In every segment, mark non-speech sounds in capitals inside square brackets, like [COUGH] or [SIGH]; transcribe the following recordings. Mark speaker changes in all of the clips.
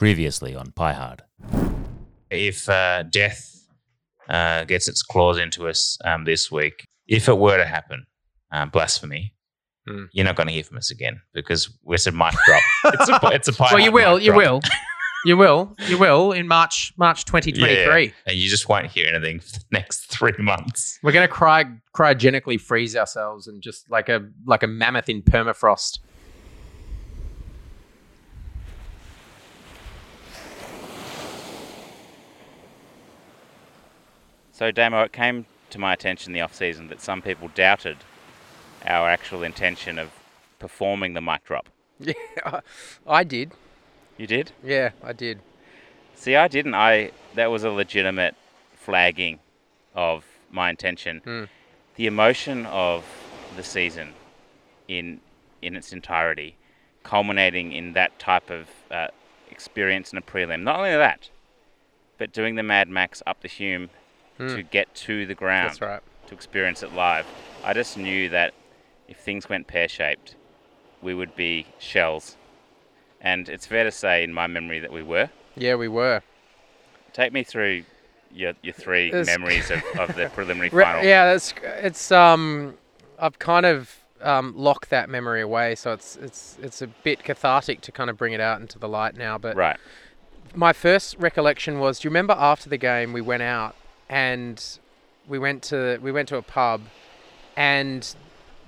Speaker 1: Previously on Pie Hard.
Speaker 2: if uh, death uh, gets its claws into us um, this week, if it were to happen, um, blasphemy,
Speaker 3: Hmm.
Speaker 2: you're not going to hear from us again because it's a mic drop. it's a
Speaker 3: [LAUGHS]
Speaker 2: it's a pie
Speaker 3: well, you
Speaker 2: hard
Speaker 3: will,
Speaker 2: mic
Speaker 3: you
Speaker 2: drop.
Speaker 3: will, you will, you will in March, March 2023.
Speaker 2: Yeah, and you just won't hear anything for the next three months.
Speaker 3: We're gonna cry, cryogenically freeze ourselves and just like a like a mammoth in permafrost.
Speaker 4: So, Damo, it came to my attention the off season that some people doubted our actual intention of performing the mic drop.
Speaker 3: Yeah, I- I did.
Speaker 4: You did?
Speaker 3: Yeah, I did.
Speaker 4: See, I didn't. I that was a legitimate flagging of my intention.
Speaker 3: Mm.
Speaker 4: The emotion of the season in in its entirety, culminating in that type of uh, experience in a prelim. Not only that, but doing the Mad Max up the Hume to get to the ground
Speaker 3: Hmm. That's right.
Speaker 4: to experience it live. I just knew that if things went pear shaped, we would be shells. And it's fair to say, in my memory, that we were.
Speaker 3: Yeah, we were.
Speaker 4: Take me through your, your three
Speaker 3: It's-
Speaker 4: memories of, of
Speaker 3: [LAUGHS]
Speaker 4: the preliminary
Speaker 3: Re-
Speaker 4: final.
Speaker 3: yeah, that's it's um, I've kind of um, locked that memory away, so it's it's it's a bit cathartic to kind of bring it out into the light now. But
Speaker 4: Right.
Speaker 3: my first recollection was do you remember after the game we went out and we went to we went to a pub and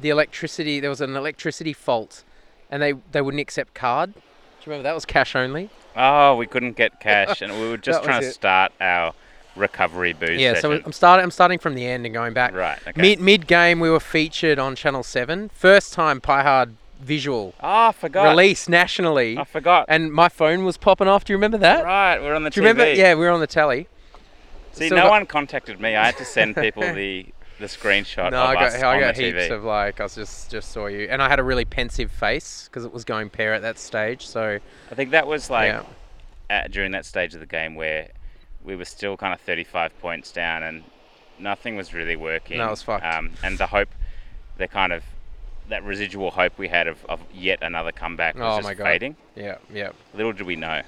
Speaker 3: the electricity there was an electricity fault and they they wouldn't accept card do you remember that was cash only
Speaker 4: Oh, we couldn't get cash, and
Speaker 3: [LAUGHS]
Speaker 4: we were just
Speaker 3: That
Speaker 4: trying
Speaker 3: was
Speaker 4: to
Speaker 3: it.
Speaker 4: start our recovery booth
Speaker 3: yeah so
Speaker 4: session.
Speaker 3: i'm starting i'm starting from the end and going back
Speaker 4: right. Okay.
Speaker 3: mid mid game we were featured on channel 7 first time pie hard visual
Speaker 4: oh, I forgot.
Speaker 3: release nationally
Speaker 4: I forgot.
Speaker 3: and my phone was popping off do you remember that
Speaker 4: right, we're on the
Speaker 3: do
Speaker 4: TV.
Speaker 3: you remember yeah we were on the telly
Speaker 4: See,
Speaker 3: so
Speaker 4: no
Speaker 3: I-
Speaker 4: one contacted me. I had to send
Speaker 3: [LAUGHS]
Speaker 4: people the the screenshot
Speaker 3: No,
Speaker 4: of
Speaker 3: I got,
Speaker 4: us
Speaker 3: I
Speaker 4: on
Speaker 3: got
Speaker 4: the TV.
Speaker 3: heaps of like I was just just saw you, and I had a really pensive face because it was going pear at that stage. So
Speaker 4: I think that was like
Speaker 3: yeah,
Speaker 4: at, during that stage of the game where we were still kind of 35 points down and nothing was really working.
Speaker 3: No, it was fucked.
Speaker 4: Um, and the hope, the kind of that residual hope we had of, of yet another comeback was
Speaker 3: Oh
Speaker 4: just
Speaker 3: my God.
Speaker 4: fading.
Speaker 3: yeah, yeah.
Speaker 4: Little did we know.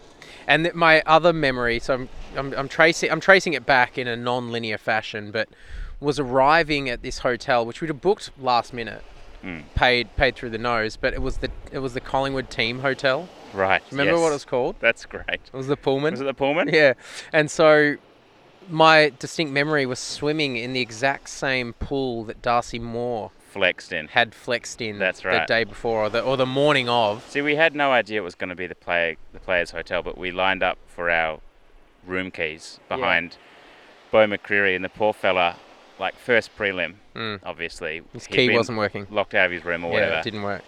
Speaker 3: And th- my other memory, so I'm, I'm I'm tracing I'm tracing it back in a non-linear fashion, but was arriving at this hotel which we'd have booked last minute,
Speaker 4: Mm.
Speaker 3: paid paid through the nose, but it was the it was the Collingwood team hotel.
Speaker 4: Right.
Speaker 3: Remember what
Speaker 4: yes.
Speaker 3: it was called?
Speaker 4: That's great.
Speaker 3: It was the Pullman.
Speaker 4: Was it the Pullman?
Speaker 3: Yeah. And so my distinct memory was swimming in the exact same pool that Darcy Moore
Speaker 4: Flexed in.
Speaker 3: had flexed in
Speaker 4: That's
Speaker 3: the
Speaker 4: right.
Speaker 3: day before or the, or the morning of.
Speaker 4: See, we had no idea it was going to be the play, the players' hotel, but we lined up for our room keys behind Bo McCreary and the poor fella, like first prelim,
Speaker 3: Mm.
Speaker 4: obviously.
Speaker 3: His
Speaker 4: he'd
Speaker 3: key
Speaker 4: been
Speaker 3: wasn't working.
Speaker 4: Locked out of his room or
Speaker 3: Yeah, it
Speaker 4: whatever.
Speaker 3: didn't work.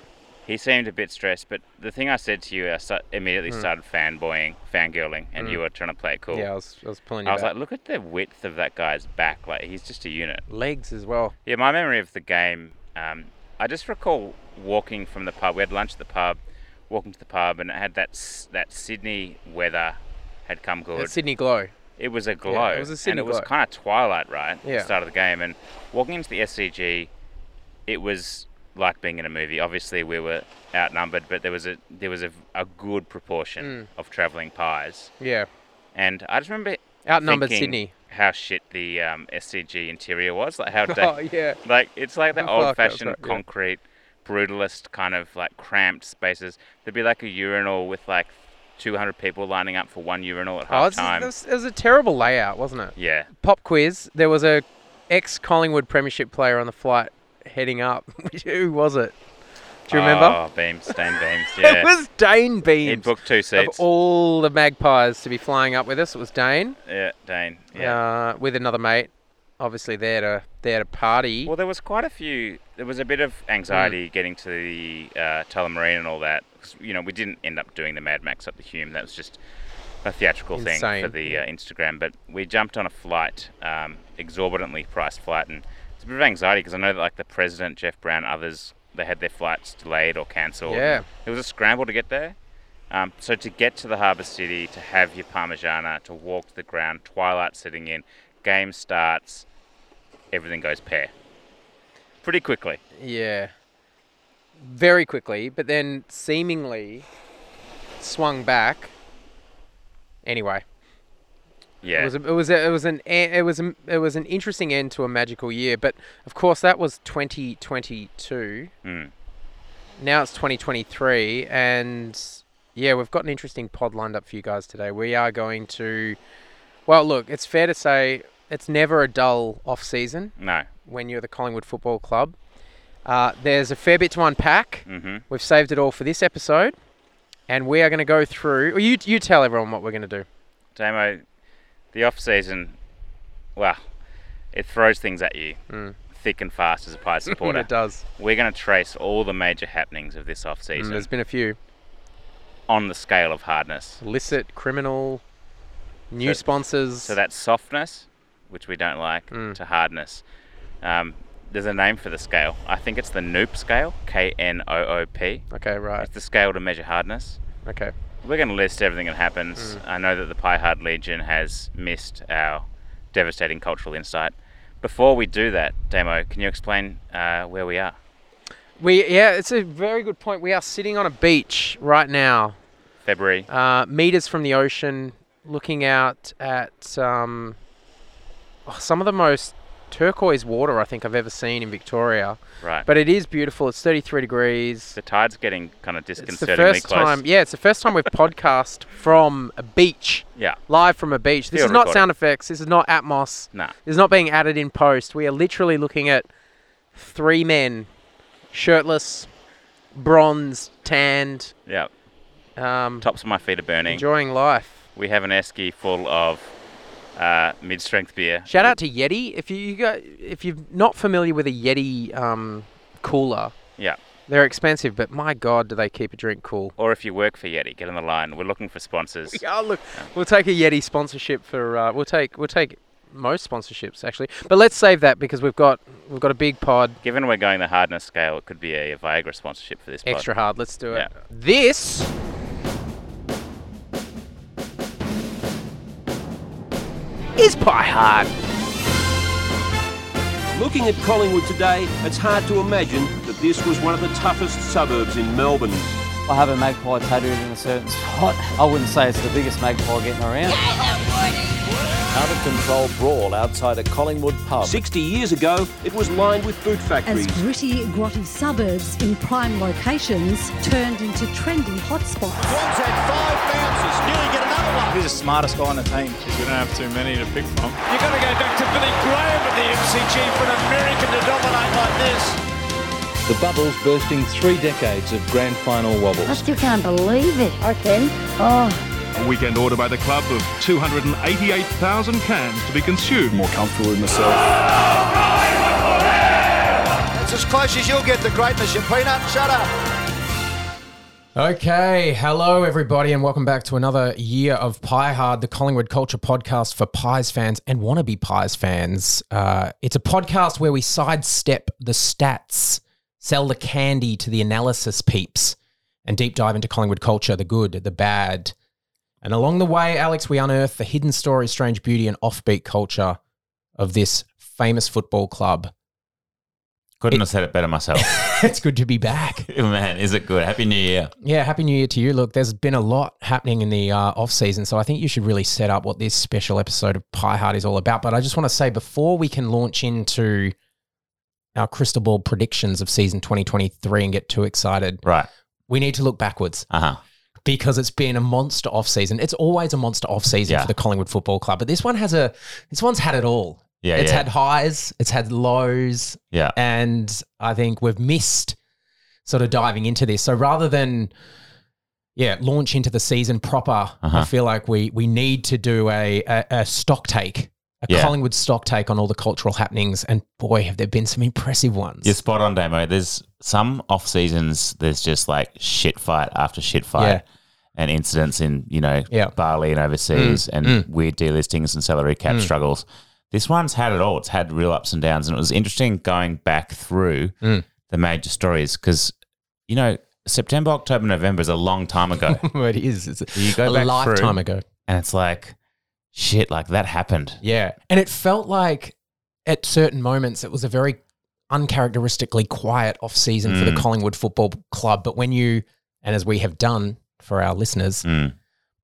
Speaker 4: he seemed a bit stressed, but the thing I said to you, I sta- immediately started fanboying, fangirling, and you were trying to play it cool.
Speaker 3: Hmm. Yeah, I was, I was pulling you
Speaker 4: I was
Speaker 3: back.
Speaker 4: like, look at the width of that guy's back. Like, he's just a unit.
Speaker 3: legs as well.
Speaker 4: Yeah, my memory of the game, um, I just recall walking from the pub. We had lunch at the pub, walking to the pub, and it had that s- that Sydney weather had come good.
Speaker 3: That Sydney Glow.
Speaker 4: It was a glow.
Speaker 3: Yeah, it was a
Speaker 4: and
Speaker 3: Sydney
Speaker 4: it was
Speaker 3: glow.
Speaker 4: kind of twilight, right? at
Speaker 3: Yeah.
Speaker 4: The start of the game. And walking into the SCG, it was like being in a movie. Obviously, we were outnumbered, but there was a there was a, a good proportion
Speaker 3: Mm.
Speaker 4: of travelling pies.
Speaker 3: Yeah.
Speaker 4: And I just remember
Speaker 3: Outnumbered
Speaker 4: thinking
Speaker 3: Sydney. [LAUGHS]
Speaker 4: How shit the um, SCG interior was. Like how da-
Speaker 3: Oh, yeah.
Speaker 4: like it's like that
Speaker 3: Oh, fuck, that's
Speaker 4: old-fashioned
Speaker 3: right, yeah.
Speaker 4: concrete brutalist kind of like cramped spaces. There'd be like a urinal with like 200 people lining up for one urinal at
Speaker 3: Oh,
Speaker 4: half
Speaker 3: it's, it,
Speaker 4: time.
Speaker 3: was, it was a terrible layout, wasn't it?
Speaker 4: Yeah,
Speaker 3: Pop quiz. There was a ex Collingwood Premiership player on the flight heading up. [LAUGHS] Who was it? Do you remember?
Speaker 4: Oh, Beams, Dane Beams, yeah.
Speaker 3: [LAUGHS] It was Dane Beams.
Speaker 4: He booked two
Speaker 3: of
Speaker 4: seats.
Speaker 3: all the magpies to be flying up with us, it was Dane
Speaker 4: yeah, Dane. Yeah.
Speaker 3: uh, with another mate, obviously there to there to party.
Speaker 4: Well, there was quite a few. There was a bit of anxiety
Speaker 3: Mm.
Speaker 4: getting to the uh, Tullamarine and all that. 'cause, you know, we didn't end up doing the Mad Max up the Hume. That was just a theatrical thing
Speaker 3: Insane,
Speaker 4: for the uh, Instagram. But we jumped on a flight, um, exorbitantly priced flight, and it's a bit of anxiety because I know that like the president, Jeff Brown, others, they had their flights delayed or cancelled.
Speaker 3: Yeah.
Speaker 4: It was a scramble to get there. Um, so to get to the harbour city, to have your parmigiana, to walk to the ground, twilight setting in, game starts, everything goes pear. Pretty quickly.
Speaker 3: yeah, very quickly, but then seemingly swung back Anyway,
Speaker 4: Yeah.
Speaker 3: it was a, it was a, it was an e- it was a, it was an interesting end to a magical year, but of course that was 2022.
Speaker 4: Mm.
Speaker 3: Now it's 2023, and yeah, we've got an interesting pod lined up for you guys today. We are going to, well, look, it's fair to say it's never a dull off season
Speaker 4: No.
Speaker 3: when you're the Collingwood Football Club. Uh, there's a fair bit to unpack.
Speaker 4: Mm-hmm.
Speaker 3: We've saved it all for this episode, and we are going to go through. Well, you you tell everyone what we're going to do.
Speaker 4: Damo, the off season, well, it throws things at you
Speaker 3: Mm.
Speaker 4: thick and fast as a
Speaker 3: [LAUGHS]
Speaker 4: Pies supporter.
Speaker 3: it does.
Speaker 4: We're going to trace all the major happenings of this off
Speaker 3: Mm,
Speaker 4: season
Speaker 3: there's been a few
Speaker 4: on the scale of hardness.
Speaker 3: illicit, criminal, new
Speaker 4: So-
Speaker 3: sponsors.
Speaker 4: So that's softness, which we don't like,
Speaker 3: Mm.
Speaker 4: to hardness. Um, there's a name for the scale. I think it's the Noop scale, K N O O P.
Speaker 3: okay, right.
Speaker 4: It's the scale to measure hardness.
Speaker 3: Okay.
Speaker 4: We're going to list everything that happens.
Speaker 3: Mm.
Speaker 4: I know that the Pie Hard Legion has missed our devastating cultural insight. Before we do that, Damo, can you explain uh, where we are?
Speaker 3: We yeah, it's a very good point. We are sitting on a beach right now,
Speaker 4: February.
Speaker 3: uh, meters from the ocean, looking out at um, oh, some of the most turquoise water I think I've ever seen in Victoria.
Speaker 4: Right.
Speaker 3: But it is beautiful. It's 33 degrees.
Speaker 4: the tide's getting kind of
Speaker 3: It's the
Speaker 4: disconcertingly
Speaker 3: first
Speaker 4: close.
Speaker 3: time. Yeah, it's the first time we've [LAUGHS] podcast from a beach,
Speaker 4: Yeah.
Speaker 3: live from a beach. This
Speaker 4: Field
Speaker 3: is not
Speaker 4: recording.
Speaker 3: sound effects. This is not Atmos.
Speaker 4: Nah.
Speaker 3: This is not being added in post. We are literally looking at three men, shirtless, bronzed, tanned,
Speaker 4: Yeah.
Speaker 3: um,
Speaker 4: Tops of my feet are burning.
Speaker 3: enjoying life.
Speaker 4: We have an esky full of uh, mid-strength beer.
Speaker 3: Shout out to Yeti. If you, you go, if you're not familiar with a Yeti um, cooler,
Speaker 4: Yeah.
Speaker 3: they're expensive, but my god, do they keep a drink cool?
Speaker 4: Or if you work for Yeti, get on the line. We're looking for sponsors.
Speaker 3: [LAUGHS] Yeah, look, we'll take a Yeti sponsorship for. Uh, we'll take we'll take most sponsorships actually, but let's save that because we've got we've got a big pod,
Speaker 4: Given we're going the hardness scale, it could be a, Viagra sponsorship for this. pod.
Speaker 3: extra hard. Let's do it.
Speaker 4: Yeah.
Speaker 3: This is pie hard.
Speaker 1: Looking at Collingwood today, it's hard to imagine that this was one of the toughest suburbs in Melbourne.
Speaker 5: I have a magpie tattooed in a certain spot. I wouldn't say it's the biggest magpie getting around.
Speaker 6: Out of control brawl outside a Collingwood pub.
Speaker 1: 60 years ago, it was lined with boot
Speaker 7: As
Speaker 1: factories.
Speaker 7: gritty, grotty suburbs in prime locations turned into trendy hotspots.
Speaker 8: Who's the smartest guy on the team?
Speaker 9: We don't have too many to pick from.
Speaker 8: You're going to go back to Billy Graham at the MCG for an American to dominate like this.
Speaker 10: The bubbles bursting three decades of grand final
Speaker 11: I
Speaker 10: wobbles.
Speaker 11: still can't believe it. I can. Oh,
Speaker 9: A weekend order by the club of 288,000 cans to be consumed.
Speaker 6: More comfortable with myself.
Speaker 8: It's as close as you'll get to greatness, you peanut. Shut up.
Speaker 3: Okay, hello everybody, and welcome back to another year of Pie Hard, the Collingwood Culture Podcast for Pies fans and wannabe Pies fans. Uh, it's a podcast where we sidestep the stats, sell the candy to the analysis peeps, and deep dive into Collingwood culture, the good, the bad. And along the way, Alex, we unearth the hidden story, strange beauty, and offbeat culture of this famous football club. [LAUGHS]
Speaker 12: Couldn't
Speaker 3: It-
Speaker 12: have said it better myself.
Speaker 3: [LAUGHS]
Speaker 12: [LAUGHS]
Speaker 3: it's good to be back.
Speaker 12: Man, is it good? Happy New Year.
Speaker 3: Yeah, happy new year to you. Look, there's been a lot happening in the uh, off season, so I think you should really set up what this special episode of Pie Heart is all about. But I just want to say before we can launch into our crystal ball predictions of season 2023 and get too excited,
Speaker 12: Right.
Speaker 3: we need to look backwards
Speaker 12: Uh huh.
Speaker 3: because it's been a monster off season. It's always a monster off season
Speaker 12: Yeah.
Speaker 3: for the Collingwood Football Club, but this one has a this one's had it all.
Speaker 12: Yeah.
Speaker 3: it's
Speaker 12: yeah.
Speaker 3: had highs, it's had lows,
Speaker 12: yeah.
Speaker 3: and I think we've missed sort of diving into this. So rather than yeah, launch into the season proper, I
Speaker 12: Uh-huh.
Speaker 3: feel like we we need to do a a, a stock take, a
Speaker 12: Yeah.
Speaker 3: Collingwood stock take on all the cultural happenings. And boy, have there been some impressive ones.
Speaker 12: You're spot on, Damo. There's some off seasons. There's just like shit fight after shit fight,
Speaker 3: Yeah.
Speaker 12: and incidents in you know
Speaker 3: Yeah.
Speaker 12: Bali and overseas, and
Speaker 3: mm.
Speaker 12: weird delistings and salary cap struggles. This one's had it all. It's had real ups and downs, and it was interesting going back through
Speaker 3: Mm.
Speaker 12: the major stories because you know September, October, November is a long time
Speaker 3: [LAUGHS]
Speaker 12: ago.
Speaker 3: it is. It's
Speaker 12: you go
Speaker 3: a
Speaker 12: back
Speaker 3: lifetime
Speaker 12: through,
Speaker 3: ago.
Speaker 12: and it's like shit. Like that happened.
Speaker 3: Yeah. And it felt like at certain moments it was a very uncharacteristically quiet off season for the
Speaker 12: Mm.
Speaker 3: Collingwood Football Club. But when you, and as we have done for our listeners,
Speaker 12: Mm.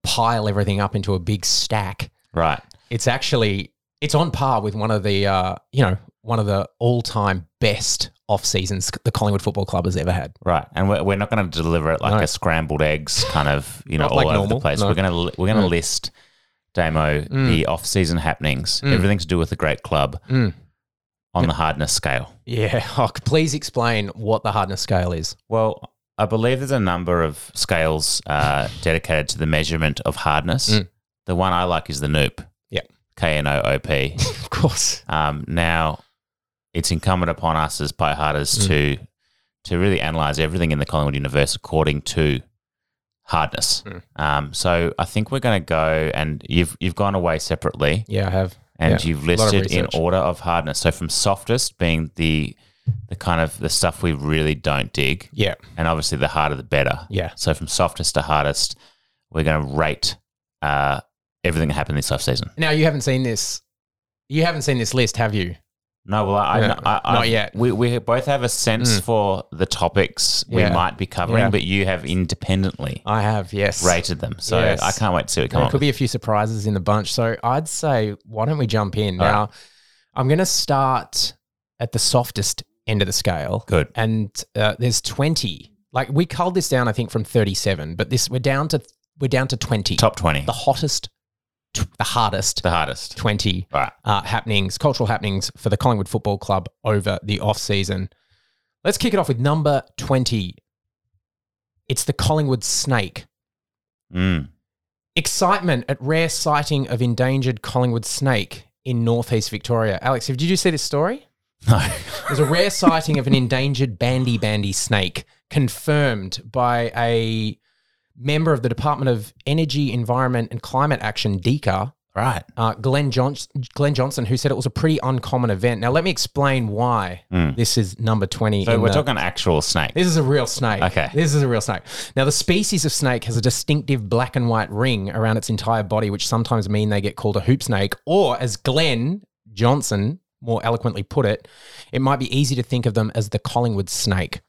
Speaker 13: pile everything up into a big stack.
Speaker 12: Right.
Speaker 13: It's actually it's on par with one of the uh, you know one of the all time best off seasons the Collingwood Football Club has ever had.
Speaker 12: Right, and we're, we're not going to deliver it like
Speaker 13: No.
Speaker 12: a scrambled eggs kind of you know
Speaker 13: Not
Speaker 12: all
Speaker 13: like
Speaker 12: over
Speaker 13: normal,
Speaker 12: the place.
Speaker 13: no.
Speaker 12: We're going to we're going to
Speaker 13: Mm.
Speaker 12: list Damo
Speaker 13: Mm.
Speaker 12: the off season happenings,
Speaker 13: Mm.
Speaker 12: everything to do with the great club
Speaker 13: Mm.
Speaker 12: on the hardness scale.
Speaker 13: Yeah. [LAUGHS] Oh, please explain what the hardness scale is.
Speaker 12: Well, I believe there's a number of scales uh, dedicated to the measurement of hardness.
Speaker 13: Mm.
Speaker 12: The one I like is the Noop.
Speaker 13: Yep.
Speaker 12: K N O O P.
Speaker 13: of course.
Speaker 12: Um, now, it's incumbent upon us as pie
Speaker 13: Mm.
Speaker 12: harders to to really analyze everything in the Collingwood universe according to hardness.
Speaker 13: Mm.
Speaker 12: Um, so I think we're going to go and you've you've gone away separately.
Speaker 13: Yeah, I have.
Speaker 12: And
Speaker 13: Yeah,
Speaker 12: you've
Speaker 13: a lot of
Speaker 12: listed in
Speaker 13: research.
Speaker 12: order of hardness. So from softest being the the kind of the stuff we really don't dig.
Speaker 13: Yeah.
Speaker 12: And obviously the harder the better.
Speaker 13: Yeah.
Speaker 12: So from softest to hardest, we're going to rate uh, everything that happened this offseason.
Speaker 13: Now you haven't seen this. You haven't seen this list, have you?
Speaker 12: No, well, I,
Speaker 13: No,
Speaker 12: I, I
Speaker 13: not yet.
Speaker 12: We, we both have a sense
Speaker 13: Mm.
Speaker 12: for the topics
Speaker 13: Yeah.
Speaker 12: we might be covering,
Speaker 13: Yeah.
Speaker 12: but you have independently
Speaker 13: I have, yes.
Speaker 12: rated them. So
Speaker 13: Yes.
Speaker 12: I can't wait to see what
Speaker 13: There
Speaker 12: comes.
Speaker 13: could be a few surprises in the bunch. So I'd say, why don't we jump in
Speaker 12: All right.
Speaker 13: now? I'm going to start at the softest end of the scale.
Speaker 12: Good.
Speaker 13: And uh, there's 20. Like we culled this down, I think, from 37, but this we're down to we're down to 20.
Speaker 12: Top 20.
Speaker 13: The hottest, tw- the hardest,
Speaker 12: the hardest
Speaker 13: 20 uh, happenings, cultural happenings for the Collingwood Football Club over the off season. Let's kick it off with number 20. It's the Collingwood snake.
Speaker 12: Mm. [LAUGHS]
Speaker 13: Excitement at rare sighting of endangered Collingwood snake in northeast Victoria. Alex, did you see this story? No. There's a rare sighting of an endangered bandy bandy snake confirmed by a member of the Department of Energy, Environment and Climate Action, DECA.
Speaker 12: Right.
Speaker 13: Uh, Glenn, Johns- Glenn Johnson, who said it was a pretty uncommon event. Now, let me explain why
Speaker 12: Mm.
Speaker 13: this is number 20.
Speaker 12: So
Speaker 13: in
Speaker 12: we're
Speaker 13: the-
Speaker 12: talking actual snake.
Speaker 13: this is a real snake.
Speaker 12: Okay.
Speaker 13: This is a real snake. Now, the species of snake has a distinctive black and white ring around its entire body, which sometimes mean they get called a hoop snake, or as Glenn Johnson more eloquently put it, it might be easy to think of them as the Collingwood snake.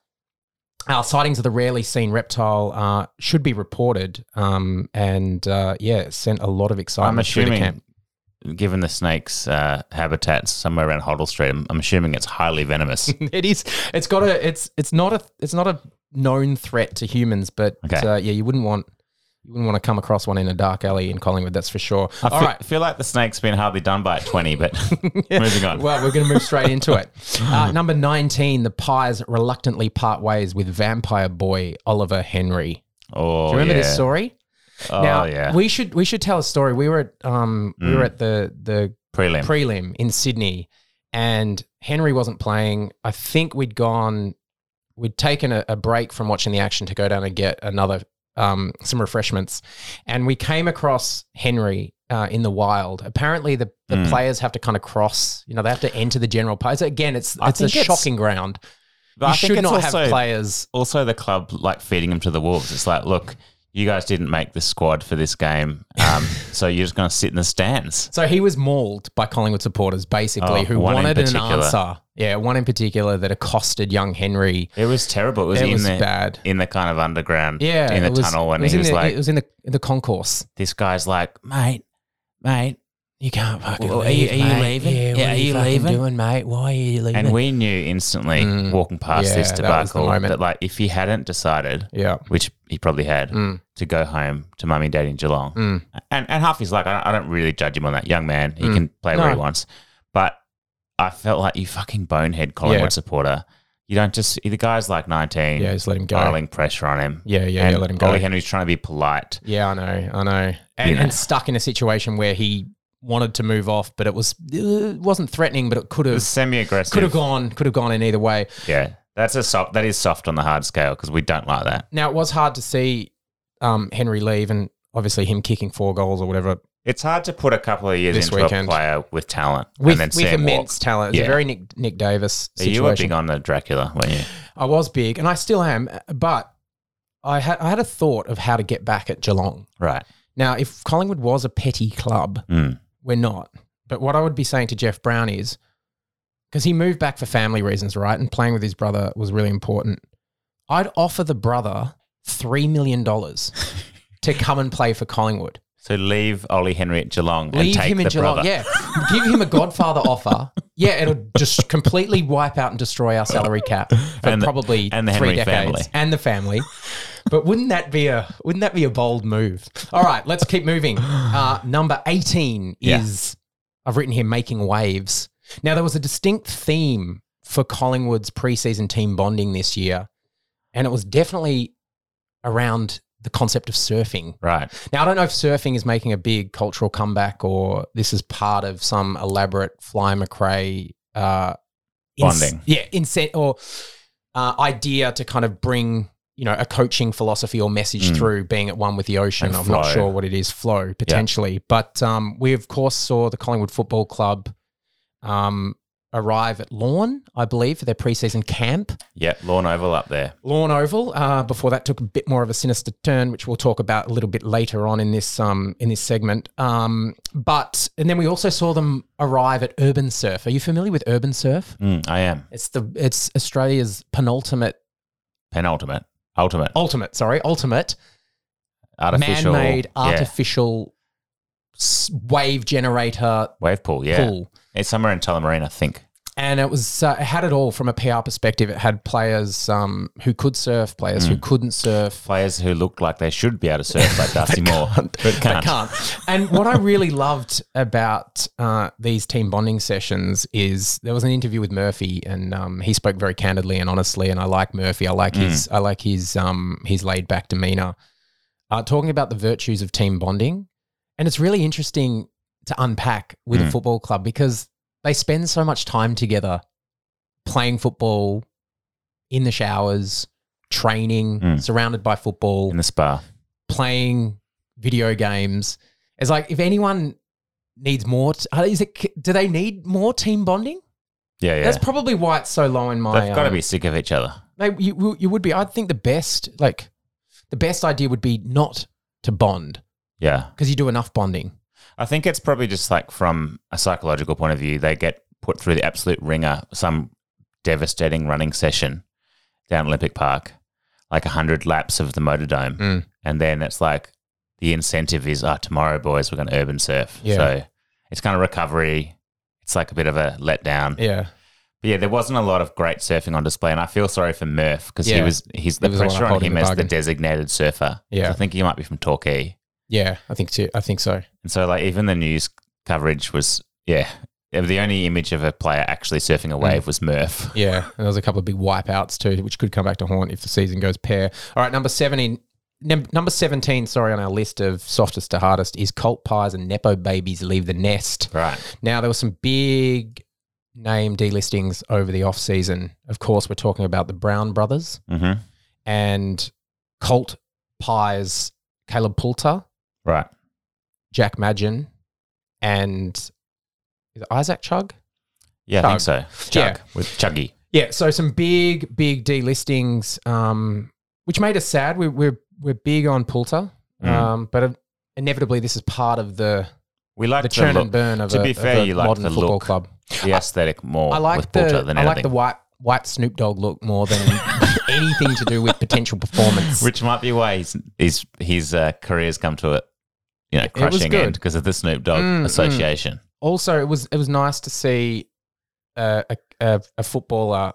Speaker 13: Our sightings of the rarely seen reptile uh, should be reported, um, and uh, yeah, it sent a lot of excitement.
Speaker 12: I'm
Speaker 13: through the camp.
Speaker 12: assuming, given the snake's uh, habitats somewhere around Hoddle Street, I'm, I'm assuming it's highly
Speaker 13: [LAUGHS]
Speaker 12: venomous.
Speaker 13: it is. It's got a. It's it's not a. It's not a known threat to humans, but
Speaker 12: Okay.
Speaker 13: uh, yeah, you wouldn't want you wouldn't want to come across one in a dark alley in Collingwood. That's for sure.
Speaker 12: I
Speaker 13: All right.
Speaker 12: feel, feel like the snake's been hardly done by at 20,
Speaker 13: [LAUGHS]
Speaker 12: but moving on.
Speaker 13: Well, we're going to move straight into
Speaker 12: [LAUGHS]
Speaker 13: it. Uh, number 19, the Pies reluctantly part ways with vampire boy Oliver Henry.
Speaker 12: oh,
Speaker 13: Do you remember
Speaker 12: yeah.
Speaker 13: this story?
Speaker 12: Oh,
Speaker 13: now,
Speaker 12: yeah.
Speaker 13: we should we should tell a story. We were at um we
Speaker 12: Mm.
Speaker 13: were at the the
Speaker 12: Prelim.
Speaker 13: prelim in Sydney, and Henry wasn't playing. I think we'd gone, we'd taken a, a break from watching the action to go down and get another um some refreshments, and we came across Henry. Uh, in the wild, apparently the, the
Speaker 12: Mm.
Speaker 13: players have to kind of cross. You know, they have to enter the general. pu- So Again, it's
Speaker 12: I
Speaker 13: it's a
Speaker 12: think it's-
Speaker 13: shocking ground.
Speaker 12: But
Speaker 13: you
Speaker 12: I think
Speaker 13: should
Speaker 12: it's
Speaker 13: not have
Speaker 12: also-
Speaker 13: players.
Speaker 12: also the club like feeding them to the wolves. It's like, look, you guys didn't make the squad for this game,
Speaker 13: [LAUGHS]
Speaker 12: um, so you're just going to sit in the stands.
Speaker 13: So he was mauled by Collingwood supporters, basically,
Speaker 12: Oh,
Speaker 13: who
Speaker 12: one in
Speaker 13: wanted an
Speaker 12: particular.
Speaker 13: answer. Yeah, one in particular that accosted young Henry.
Speaker 12: It was terrible. It was
Speaker 13: It
Speaker 12: in
Speaker 13: was
Speaker 12: the
Speaker 13: bad.
Speaker 12: in the kind of underground,
Speaker 13: Yeah,
Speaker 12: in the
Speaker 13: it was-
Speaker 12: tunnel, and
Speaker 13: it was
Speaker 12: he
Speaker 13: in
Speaker 12: was
Speaker 13: the,
Speaker 12: like,
Speaker 13: it was in the in the concourse.
Speaker 12: this guy's like, mate, mate,
Speaker 13: You can't fucking
Speaker 12: Well, are you-
Speaker 13: leave.
Speaker 12: are you
Speaker 13: mate.
Speaker 12: leaving?
Speaker 13: Yeah, what
Speaker 12: Yeah,
Speaker 13: are
Speaker 12: are
Speaker 13: you,
Speaker 12: you
Speaker 13: fucking
Speaker 12: leaving?
Speaker 13: doing, mate? Why are you leaving?
Speaker 12: and we knew instantly
Speaker 13: Mm.
Speaker 12: walking past
Speaker 13: Yeah,
Speaker 12: this
Speaker 13: that was the
Speaker 12: debacle that,
Speaker 13: moment.
Speaker 12: like, if he hadn't decided,
Speaker 13: yeah,
Speaker 12: which he probably had,
Speaker 13: Mm.
Speaker 12: to go home to mummy and daddy in Geelong,
Speaker 13: Mm.
Speaker 12: and and half his luck, I don't, I don't really judge him on that. Young man, he
Speaker 13: Mm.
Speaker 12: can play where he
Speaker 13: No.
Speaker 12: wants, but I felt like you fucking bonehead Collingwood
Speaker 13: Yeah.
Speaker 12: supporter. You don't just the guy's like nineteen,
Speaker 13: yeah, just let him go.
Speaker 12: piling pressure on him.
Speaker 13: Yeah, yeah,
Speaker 12: and
Speaker 13: yeah, let him go.
Speaker 12: Ollie Henry's trying to be polite.
Speaker 13: Yeah, I know, I know, and,
Speaker 12: You know.
Speaker 13: and stuck in a situation where he wanted to move off, but it was it wasn't threatening, but it could
Speaker 12: It
Speaker 13: have
Speaker 12: was semi-aggressive.
Speaker 13: could have gone could have gone in either way.
Speaker 12: Yeah, that's a soft. That is soft on the hard scale because we don't like that.
Speaker 13: Now it was hard to see um, Henry leave, and obviously him kicking four goals or whatever
Speaker 12: It's hard to put a couple of years
Speaker 13: This
Speaker 12: into
Speaker 13: weekend.
Speaker 12: a player with talent
Speaker 13: with,
Speaker 12: and then see
Speaker 13: with
Speaker 12: him
Speaker 13: immense
Speaker 12: walk.
Speaker 13: talent. It's
Speaker 12: Yeah.
Speaker 13: a very Nick, Nick Davis
Speaker 12: So you were
Speaker 13: situation.
Speaker 12: big on the Dracula, weren't
Speaker 13: [SIGHS]
Speaker 12: you?
Speaker 13: I was big, and I still am. But I had I had a thought of how to get back at Geelong.
Speaker 12: Right.
Speaker 13: Now, if Collingwood was a petty club,
Speaker 12: Mm.
Speaker 13: we're not. But what I would be saying to Jeff Brown is because he moved back for family reasons, right? And playing with his brother was really important. I'd offer the brother $3 million to come and play for Collingwood.
Speaker 12: So leave Ollie Henry at Geelong and
Speaker 13: Leave
Speaker 12: take
Speaker 13: him in
Speaker 12: the
Speaker 13: Geelong.
Speaker 12: brother.
Speaker 13: Yeah. Give him a Godfather offer. Yeah, it'll just completely wipe out and destroy our salary cap for
Speaker 12: [LAUGHS] And the-
Speaker 13: probably
Speaker 12: and the
Speaker 13: three
Speaker 12: Henry
Speaker 13: decades
Speaker 12: family.
Speaker 13: and the family. But wouldn't that be a wouldn't that be a bold move? All right, let's keep moving. Uh, number eighteen
Speaker 12: Yeah.
Speaker 13: is I've written here making waves. Now there was a distinct theme for Collingwood's preseason team bonding this year, and it was definitely around the concept of surfing.
Speaker 12: Right.
Speaker 13: Now, I don't know if surfing is making a big cultural comeback or this is part of some elaborate Fly McRae uh, ins-
Speaker 12: Bonding.
Speaker 13: yeah, incent or uh, idea to kind of bring you know a coaching philosophy or message
Speaker 12: Mm.
Speaker 13: through being at one with the ocean.
Speaker 12: And
Speaker 13: I'm not
Speaker 12: flow.
Speaker 13: sure what it is, flow potentially, but um, we of course saw the Collingwood Football Club um, arrive at Lawn, I believe, for their preseason camp.
Speaker 12: Yep, Lawn Oval up there.
Speaker 13: Lawn Oval. Uh, before that took a bit more of a sinister turn, which we'll talk about a little bit later on in this um, in this segment. Um, but and then we also saw them arrive at Urban Surf. Are you familiar with Urban Surf?
Speaker 12: Mm, I am.
Speaker 13: It's the it's Australia's penultimate,
Speaker 12: Penultimate. Ultimate.
Speaker 13: ultimate. Sorry, ultimate
Speaker 12: Artificial.
Speaker 13: man-made
Speaker 12: yeah.
Speaker 13: artificial s wave generator
Speaker 12: Wave pool, yeah.
Speaker 13: Pool.
Speaker 12: It's somewhere in Tullamarine, I think.
Speaker 13: and it was uh, it had it all from a PR perspective. It had players um, who could surf, players who
Speaker 12: Mm.
Speaker 13: couldn't surf,
Speaker 12: Players who look like they should be able to surf
Speaker 13: [LAUGHS]
Speaker 12: like Dusty Moore, but can't.
Speaker 13: can't. And what I really loved about uh, these team bonding sessions is there was an interview with Murphy, and um, he spoke very candidly and honestly. And I like Murphy. I like his.
Speaker 12: Mm.
Speaker 13: I like his. Um, his laid back demeanor. Uh, talking about the virtues of team bonding, and it's really interesting to unpack with a
Speaker 12: Mm.
Speaker 13: football club because they spend so much time together playing football in the showers, training,
Speaker 12: Mm.
Speaker 13: surrounded by football
Speaker 12: In the spa.
Speaker 13: playing video games. It's like if anyone needs more, t- uh, is it? c- Do they need more team bonding?
Speaker 12: Yeah, yeah.
Speaker 13: That's probably why it's so low in my.
Speaker 12: They've got to
Speaker 13: uh,
Speaker 12: be sick of each other.
Speaker 13: They, you you would be. I think the best like the best idea would be not to bond
Speaker 12: Yeah.
Speaker 13: because you do enough bonding.
Speaker 12: I think it's probably just like from a psychological point of view, they get put through the absolute ringer, some devastating running session down Olympic Park, like 100 laps of the Motordome.
Speaker 13: Mm.
Speaker 12: And then it's like the incentive is, oh, tomorrow, boys, we're going to urban surf.
Speaker 13: Yeah.
Speaker 12: So it's kind of recovery. It's like a bit of a letdown.
Speaker 13: Yeah,
Speaker 12: But yeah, there wasn't a lot of great surfing on display, and I feel sorry for Murph because he
Speaker 13: Yeah.
Speaker 12: was he's
Speaker 13: He
Speaker 12: the
Speaker 13: was the one
Speaker 12: pressure on
Speaker 13: holding
Speaker 12: him
Speaker 13: the
Speaker 12: as the
Speaker 13: bargain.
Speaker 12: designated surfer.
Speaker 13: Yeah.
Speaker 12: I think he might be from Torquay.
Speaker 13: yeah. I think too. I think so.
Speaker 12: And so, like, even the news coverage was, yeah, the only image of a player actually surfing a
Speaker 13: Mm.
Speaker 12: wave was Murph.
Speaker 13: Yeah, and there was a couple of big wipeouts too, which could come back to haunt if the season goes pear. All right, number seventeen. num- Number 17, sorry, on our list of softest to hardest is Colt Pies and Nepo Babies Leave the Nest.
Speaker 12: Right.
Speaker 13: Now, there were some big name delistings over the off season. Of course, we're talking about the Brown brothers
Speaker 12: Mm-hmm.
Speaker 13: and Colt Pies, Caleb Poulter,
Speaker 12: Right.
Speaker 13: Jack Madgen, and is it Isaac Chug?
Speaker 12: Yeah, I think so.
Speaker 13: Chug.
Speaker 12: Chug
Speaker 13: Yeah.
Speaker 12: with Chuggy.
Speaker 13: Yeah, so some big, big delistings, um, which made us sad. We, we're we're big on Poulter,
Speaker 12: Mm.
Speaker 13: um, but inevitably, this is part of the
Speaker 12: We like
Speaker 13: the
Speaker 12: the,
Speaker 13: churn
Speaker 12: look.
Speaker 13: and burn of
Speaker 12: to
Speaker 13: a,
Speaker 12: be
Speaker 13: of
Speaker 12: fair,
Speaker 13: a
Speaker 12: you like
Speaker 13: modern
Speaker 12: the
Speaker 13: football
Speaker 12: look,
Speaker 13: club.
Speaker 12: the aesthetic more.
Speaker 13: I
Speaker 12: with
Speaker 13: like
Speaker 12: Porter
Speaker 13: the
Speaker 12: than
Speaker 13: I like the
Speaker 12: anything.
Speaker 13: white white Snoop Dogg look
Speaker 12: [LAUGHS]
Speaker 13: more than anything to do with potential performance.
Speaker 12: which might be why he's, his his uh, career's come to a you know
Speaker 13: It was
Speaker 12: crushing
Speaker 13: good.
Speaker 12: end because of the Snoop Dogg
Speaker 13: Mm, mm.
Speaker 12: association.
Speaker 13: also, it was it was nice to see uh, a, a a footballer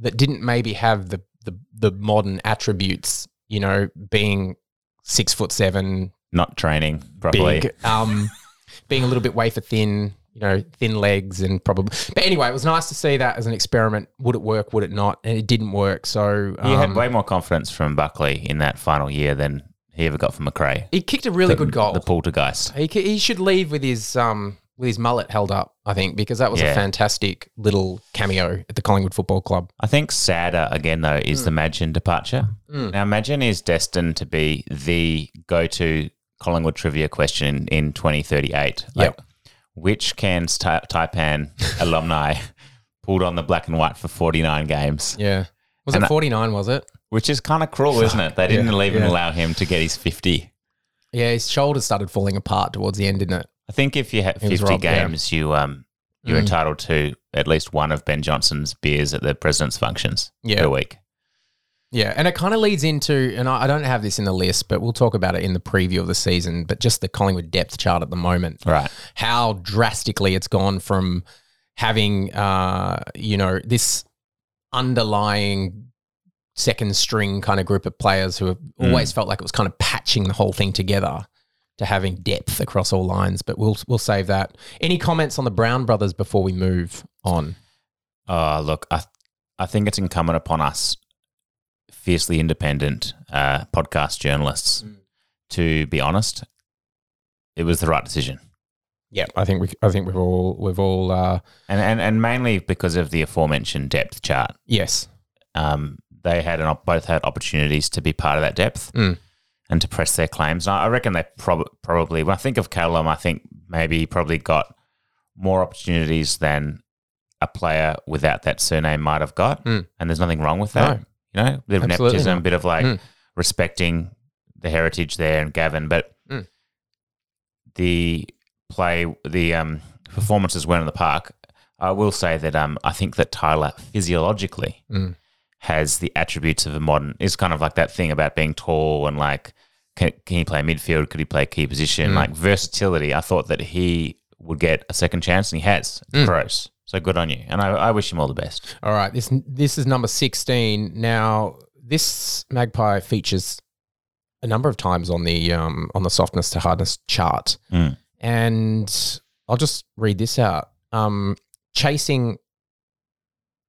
Speaker 13: that didn't maybe have the the the modern attributes. You know, being six foot seven,
Speaker 12: Not training properly.
Speaker 13: big,
Speaker 12: [LAUGHS]
Speaker 13: um, being a little bit wafer thin, you know, thin legs and probably. But anyway, it was nice to see that as an experiment. Would it work? Would it not? And it didn't work. So
Speaker 12: he had
Speaker 13: um,
Speaker 12: way more confidence from Buckley in that final year than he ever got from McRae.
Speaker 13: he kicked a really
Speaker 12: The-
Speaker 13: good goal.
Speaker 12: The poltergeist.
Speaker 13: He c- he should leave with his um with his mullet held up, I think, because that was a
Speaker 12: Yeah.
Speaker 13: fantastic little cameo at the Collingwood Football Club.
Speaker 12: I think sadder again though is
Speaker 13: Hmm.
Speaker 12: the Madgen departure.
Speaker 13: Mm.
Speaker 12: Now Madgen is destined to be the go-to Collingwood trivia question in 2038.
Speaker 13: Yep.
Speaker 12: which Cairns Ta-
Speaker 13: [LAUGHS]
Speaker 12: Taipan alumni pulled on the black and white for 49 games?
Speaker 13: Yeah. Was
Speaker 12: And
Speaker 13: it
Speaker 12: that-
Speaker 13: 49, was it?
Speaker 12: Which is kind of cruel, isn't it? They didn't
Speaker 13: Yeah,
Speaker 12: even
Speaker 13: yeah.
Speaker 12: allow him to get his 50.
Speaker 13: Yeah, his shoulder started falling apart towards the end, didn't it?
Speaker 12: I think if you had
Speaker 13: He was
Speaker 12: 50
Speaker 13: robbed, yeah.
Speaker 12: games, you um you're
Speaker 13: Mm.
Speaker 12: entitled to at least one of Ben Johnson's beers at the president's functions
Speaker 13: Yeah.
Speaker 12: per week.
Speaker 13: Yeah, and it kind of leads into, and I I don't have this in the list, but we'll talk about it in the preview of the season. But just the Collingwood depth chart at the moment,
Speaker 12: right?
Speaker 13: How drastically it's gone from having, uh, you know, this underlying second string kind of group of players who have always felt like it was kind of patching the whole thing together to having depth across all lines. But we'll we'll save that. Any comments on the Brown brothers before we move on?
Speaker 12: Uh, look, I, I think it's incumbent upon us, fiercely independent uh, podcast journalists,
Speaker 13: Mm.
Speaker 12: to be honest. It was the right decision,
Speaker 13: Yeah, I think we I think we've all we've all uh,
Speaker 12: and and and mainly because of the aforementioned depth chart.
Speaker 13: Yes,
Speaker 12: um, they had an op- both had opportunities to be part of that depth
Speaker 13: Mm.
Speaker 12: and to press their claims. And I I reckon they prob- probably when I think of Callum, I think maybe he probably got more opportunities than a player without that surname might have got.
Speaker 13: Mm.
Speaker 12: And there's nothing wrong with that.
Speaker 13: No.
Speaker 12: You know, a bit of
Speaker 13: Absolutely
Speaker 12: nepotism, a
Speaker 13: not.
Speaker 12: bit of like
Speaker 13: Mm.
Speaker 12: respecting the heritage there and Gavin, but
Speaker 13: Mm.
Speaker 12: the play, the um, performances weren't in the park. I will say that um, I think that Tyler physiologically
Speaker 13: Mm.
Speaker 12: has the attributes of a modern. It's kind of like that thing about being tall and like, can, can he play midfield? Could he play key position?
Speaker 13: Mm.
Speaker 12: Like versatility. I thought that he would get a second chance, and he has. It's
Speaker 13: Mm.
Speaker 12: gross. So good on you, and I, I wish him all the best.
Speaker 13: All right, this this is number sixteen. Now, this magpie features a number of times on the um, on the softness to hardness chart,
Speaker 12: Mm.
Speaker 13: and I'll just read this out. Um, chasing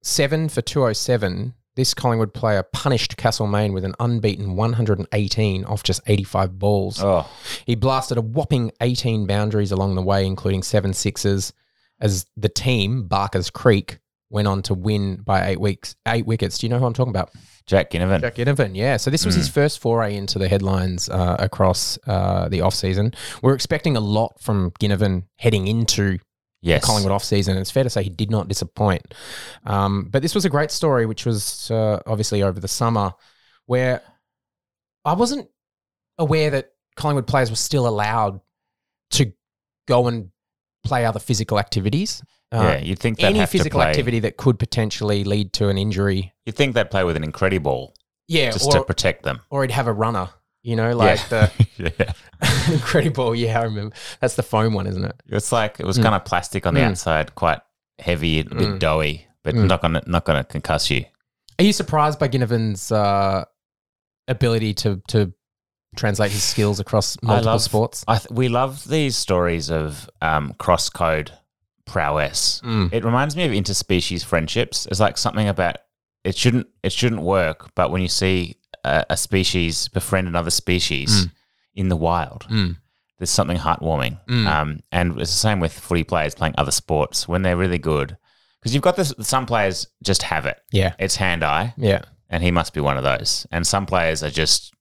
Speaker 13: seven for two oh seven. This Collingwood player punished Castlemaine with an unbeaten 118 off just 85 balls.
Speaker 12: Oh,
Speaker 13: He blasted a whopping 18 boundaries along the way, including seven sixes, as the team, Barker's Creek, went on to win by eight weeks, eight wickets. Do you know who I'm talking about?
Speaker 12: Jack Ginnivan.
Speaker 13: Jack Ginnivan, yeah. So this was his first foray into the headlines uh, across uh, the off-season. We're expecting a lot from Ginnivan heading into
Speaker 12: Yes.
Speaker 13: the Collingwood off-season. It's fair to say he did not disappoint. Um, but this was a great story, which was uh, obviously over the summer, where I wasn't aware that Collingwood players were still allowed to go and play other physical activities. Uh,
Speaker 12: yeah, you'd think that
Speaker 13: any
Speaker 12: have
Speaker 13: physical
Speaker 12: to play,
Speaker 13: activity that could potentially lead to an injury.
Speaker 12: You'd think they'd play with an incredible,
Speaker 13: Yeah,
Speaker 12: just
Speaker 13: or-
Speaker 12: to protect them.
Speaker 13: or he'd have a runner. You know, like
Speaker 12: Yeah. [LAUGHS] yeah.
Speaker 13: the [LAUGHS] incredible. Yeah, I remember. That's the foam one, isn't it?
Speaker 12: It's like it was
Speaker 13: Mm.
Speaker 12: kind of plastic on the
Speaker 13: Mm.
Speaker 12: outside, quite heavy, a bit
Speaker 13: Mm.
Speaker 12: doughy, but
Speaker 13: Mm.
Speaker 12: not gonna not gonna concuss you.
Speaker 13: Are you surprised by Ginnivan's uh, ability to to translate his skills across multiple
Speaker 12: love-
Speaker 13: sports?
Speaker 12: I th- we love these stories of um, cross code prowess.
Speaker 13: Mm.
Speaker 12: It reminds me of interspecies friendships. It's like something about it shouldn't it shouldn't work, but when you see a, a species befriend another species
Speaker 13: Mm.
Speaker 12: in the wild,
Speaker 13: Mm.
Speaker 12: there's something heartwarming.
Speaker 13: Mm.
Speaker 12: Um, and it's the same with footy players playing other sports when they're really good. Because you've got this, some players just have it.
Speaker 13: Yeah.
Speaker 12: It's hand eye,
Speaker 13: Yeah,
Speaker 12: and he must be one of those. And some players are just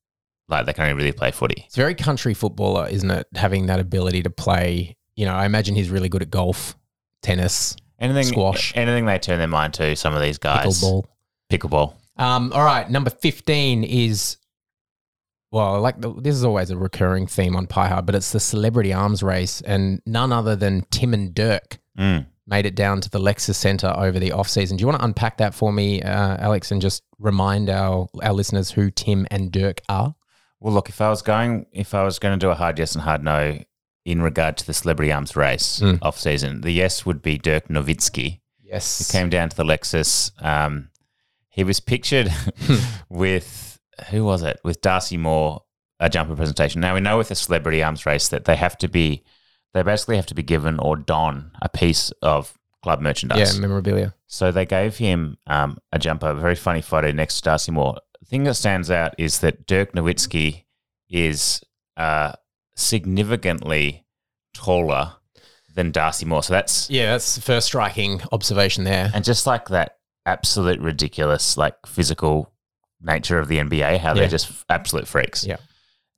Speaker 12: like they can only really play footy.
Speaker 13: it's very country footballer, isn't it? Having that ability to play. You know, I imagine he's really good at golf, tennis,
Speaker 12: Anything,
Speaker 13: Squash.
Speaker 12: anything they turn their mind to. Some of these guys,
Speaker 13: pickleball.
Speaker 12: pickleball.
Speaker 13: Um, all right, number fifteen is well, like the, this is always a recurring theme on Pie Hard, but it's the celebrity arms race, and none other than Tim and Dirk
Speaker 12: Mm.
Speaker 13: made it down to the Lexus Centre over the off season. Do you want to unpack that for me, uh, Alex, and just remind our our listeners who Tim and Dirk are?
Speaker 12: Well, look, if I was going, if I was going to do a hard yes and hard no in regard to the celebrity arms race
Speaker 13: Mm.
Speaker 12: off season, the yes would be Dirk Nowitzki. He
Speaker 13: Yes,
Speaker 12: came down to the Lexus. Um, he was
Speaker 13: [LAUGHS]
Speaker 12: pictured [LAUGHS] with who was it? With Darcy Moore, a jumper presentation. Now we know with the celebrity arms race that they have to be, they basically have to be given or don a piece of club
Speaker 13: yeah,
Speaker 12: merchandise.
Speaker 13: memorabilia.
Speaker 12: So they gave him um, a jumper, a very funny photo next to Darcy Moore. The thing that stands out is that Dirk Nowitzki is uh, significantly taller than Darcy Moore. So that's
Speaker 13: Yeah, that's the first striking observation there.
Speaker 12: and just like that absolute ridiculous like physical nature of the NBA, how
Speaker 13: Yeah.
Speaker 12: they're just f- absolute freaks.
Speaker 13: Yeah.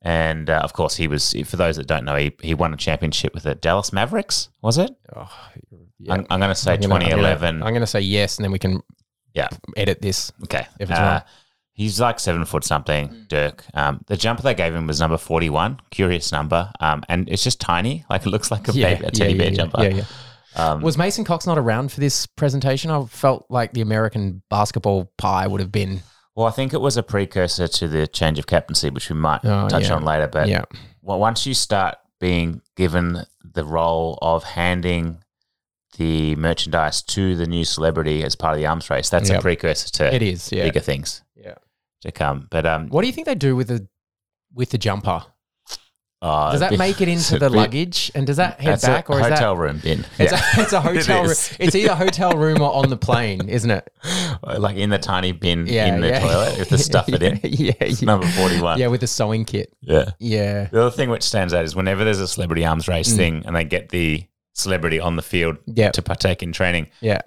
Speaker 12: And uh, of course, he was. For those that don't know, he, he won a championship with the Dallas Mavericks. Was it?
Speaker 13: Oh, yeah.
Speaker 12: I'm, I'm going to say
Speaker 13: I'm gonna- I'm gonna-
Speaker 12: 2011.
Speaker 13: I'm going to say yes, and then we can
Speaker 12: yeah.
Speaker 13: edit this.
Speaker 12: Okay.
Speaker 13: If it's
Speaker 12: Uh,
Speaker 13: wrong. Mm.
Speaker 12: He's like seven foot something, Dirk. Um, the jumper they gave him was number 41, curious number. Um, and it's just tiny. Like it looks like a,
Speaker 13: Yeah,
Speaker 12: baby, a teddy
Speaker 13: yeah,
Speaker 12: bear
Speaker 13: yeah,
Speaker 12: jumper.
Speaker 13: yeah, yeah.
Speaker 12: Um,
Speaker 13: Was Mason Cox not around for this presentation? I felt like the American basketball pie would have been
Speaker 12: Well, I think it was a precursor to the change of captaincy, which we might
Speaker 13: Oh,
Speaker 12: touch
Speaker 13: yeah.
Speaker 12: on later. But
Speaker 13: Yeah.
Speaker 12: well, once you start being given the role of handing the merchandise to the new celebrity as part of the arms race, that's
Speaker 13: Yep.
Speaker 12: a precursor to
Speaker 13: It is, yeah.
Speaker 12: bigger things
Speaker 13: Yeah.
Speaker 12: to come. But um,
Speaker 13: What do you think they do with the with the jumper?
Speaker 12: uh,
Speaker 13: Does that
Speaker 12: [LAUGHS]
Speaker 13: make it
Speaker 12: it's
Speaker 13: into
Speaker 12: a
Speaker 13: the
Speaker 12: bit-
Speaker 13: luggage? And does that head
Speaker 12: that's a
Speaker 13: back or is that
Speaker 12: hotel room bin?
Speaker 13: [LAUGHS] It's,
Speaker 12: Yeah. [LAUGHS]
Speaker 13: a, it's a
Speaker 12: It
Speaker 13: hotel room.
Speaker 12: is.
Speaker 13: It's either hotel room or on the plane, isn't
Speaker 12: [LAUGHS]
Speaker 13: it?
Speaker 12: like in the tiny bin
Speaker 13: [LAUGHS] Yeah,
Speaker 12: in the
Speaker 13: yeah.
Speaker 12: toilet
Speaker 13: [LAUGHS]
Speaker 12: with the stuff it in.
Speaker 13: Yeah,
Speaker 12: It's
Speaker 13: yeah.
Speaker 12: number forty-one.
Speaker 13: Yeah, with the sewing kit.
Speaker 12: Yeah.
Speaker 13: Yeah.
Speaker 12: The other thing which stands out is whenever there's a celebrity arms race
Speaker 13: Mm.
Speaker 12: thing and they get the celebrity on the field
Speaker 13: Yep.
Speaker 12: to partake in training, [CLEARS THROAT]
Speaker 13: Yeah.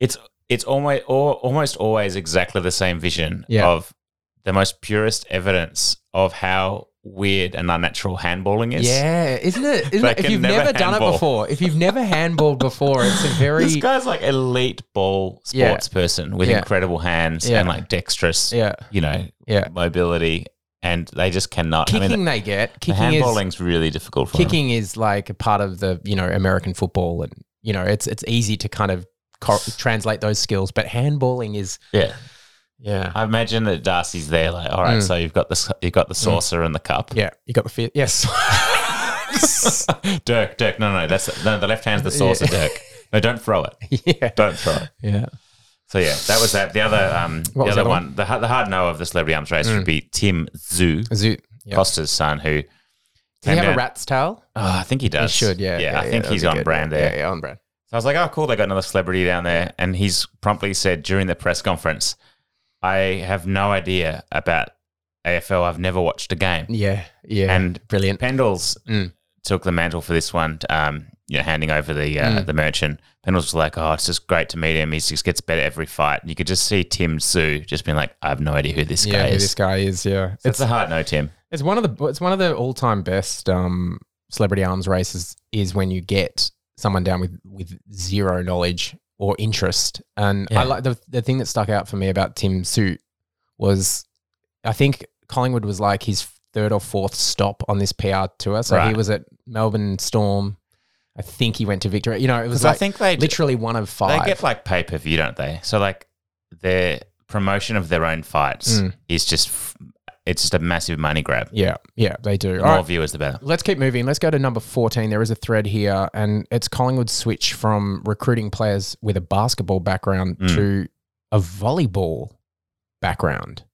Speaker 12: it's it's almost or, almost always exactly the same vision
Speaker 13: Yeah.
Speaker 12: of the most purest evidence of how weird and unnatural handballing is.
Speaker 13: Yeah, isn't it? Isn't
Speaker 12: They
Speaker 13: it? If
Speaker 12: can
Speaker 13: you've
Speaker 12: never
Speaker 13: never, done it
Speaker 12: handball.
Speaker 13: before, if you've never handballed before, it's a very
Speaker 12: This guy's like elite ball sports
Speaker 13: Yeah.
Speaker 12: person with
Speaker 13: Yeah.
Speaker 12: incredible hands
Speaker 13: Yeah.
Speaker 12: and like dexterous,
Speaker 13: Yeah.
Speaker 12: you know,
Speaker 13: Yeah.
Speaker 12: mobility, and they just cannot.
Speaker 13: kicking
Speaker 12: I mean,
Speaker 13: they get.
Speaker 12: the
Speaker 13: Kicking is
Speaker 12: handballing's really difficult for them.
Speaker 13: kicking is like a part of the you know American football, and you know it's it's easy to kind of cor- translate those skills, but handballing is
Speaker 12: Yeah.
Speaker 13: Yeah.
Speaker 12: I imagine that Darcy's there, like, all right,
Speaker 13: Mm.
Speaker 12: so you've got the you've got the saucer and the cup.
Speaker 13: yeah. You got the fear. Yes. [LAUGHS]
Speaker 12: [LAUGHS] Dirk, Dirk, no, no, that's no, the left hand's the saucer,
Speaker 13: [LAUGHS] Yeah.
Speaker 12: Dirk. No, don't throw it.
Speaker 13: Yeah.
Speaker 12: Don't throw it.
Speaker 13: yeah.
Speaker 12: So yeah, that was that. The other, um,
Speaker 13: What
Speaker 12: the
Speaker 13: was
Speaker 12: other
Speaker 13: the other
Speaker 12: one, the hard, the hard no of the celebrity arms race
Speaker 13: Mm.
Speaker 12: would be Tim Zoo,
Speaker 13: Zoo, yeah.
Speaker 12: Costa's son, who.
Speaker 13: Does he
Speaker 12: came
Speaker 13: have a
Speaker 12: down-
Speaker 13: rat's tail?
Speaker 12: Oh, I think he does.
Speaker 13: should, yeah,
Speaker 12: Yeah,
Speaker 13: yeah,
Speaker 12: I
Speaker 13: yeah,
Speaker 12: think
Speaker 13: that
Speaker 12: he's
Speaker 13: would be
Speaker 12: on
Speaker 13: good.
Speaker 12: brand there.
Speaker 13: Yeah, yeah, on brand.
Speaker 12: So I was like, oh, cool, they got another celebrity down there. And he's promptly said during the press conference, I have no idea about AFL. I've never watched a game.
Speaker 13: Yeah, yeah.
Speaker 12: And
Speaker 13: brilliant.
Speaker 12: Pendles
Speaker 13: Mm.
Speaker 12: took the mantle for this one, um, you know, handing over the uh,
Speaker 13: Mm.
Speaker 12: the merchant. Pendles was like, oh, it's just great to meet him. He just gets better every fight. And you could just see Tim Sue just being like, I have no idea who this
Speaker 13: yeah,
Speaker 12: guy
Speaker 13: who
Speaker 12: is.
Speaker 13: this guy is. Yeah,
Speaker 12: So it's a hard no, Tim.
Speaker 13: It's one of the it's one of the all time best um, celebrity arms races is when you get someone down with with zero knowledge or interest. And
Speaker 12: Yeah.
Speaker 13: I like the the thing that stuck out for me about Tim Suit was I think Collingwood was like his third or fourth stop on this PR tour. So he
Speaker 12: Right.
Speaker 13: was at Melbourne Storm. I think he went to Victoria. You know, it was
Speaker 12: 'Cause I
Speaker 13: like
Speaker 12: think they-
Speaker 13: literally one of five.
Speaker 12: They get like pay per view, don't they? So like their promotion of their own fights
Speaker 13: Mm.
Speaker 12: is just f- it's just a massive money grab.
Speaker 13: yeah, yeah, they do.
Speaker 12: The
Speaker 13: All
Speaker 12: more
Speaker 13: right.
Speaker 12: viewers, the better.
Speaker 13: Let's keep moving. Let's go to number 14. There is a thread here, and it's Collingwood's switch from recruiting players with a basketball background
Speaker 12: Mm.
Speaker 13: to a volleyball background.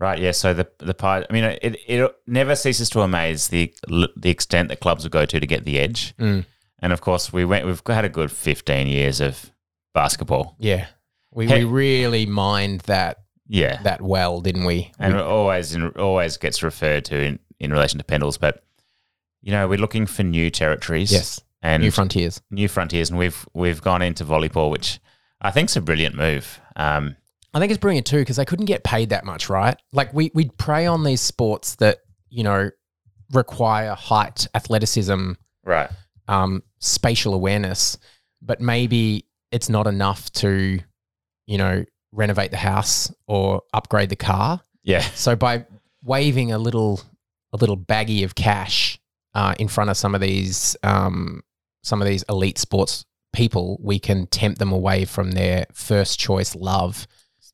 Speaker 12: Right. Yeah. So the the part, I mean, it it never ceases to amaze the the extent that clubs will go to to get the edge.
Speaker 13: Mm.
Speaker 12: And of course, we went. We've had a good fifteen years of basketball.
Speaker 13: Yeah. We,
Speaker 12: Hey-
Speaker 13: we really mined that
Speaker 12: Yeah.
Speaker 13: that well, didn't we?
Speaker 12: and
Speaker 13: We-
Speaker 12: it always in, always gets referred to in, in relation to Pendles. But you know, we're looking for new territories.
Speaker 13: Yes.
Speaker 12: and
Speaker 13: New frontiers.
Speaker 12: new frontiers, and we've we've gone into volleyball, which I think's a brilliant move. Um,
Speaker 13: I think it's brilliant too because they couldn't get paid that much, right? Like we we'd prey on these sports that you know require height, athleticism,
Speaker 12: right.
Speaker 13: um, spatial awareness, but maybe it's not enough to, you know, renovate the house or upgrade the car.
Speaker 12: Yeah.
Speaker 13: So by waving a little a little baggie of cash uh, in front of some of these um, some of these elite sports people, we can tempt them away from their first choice love.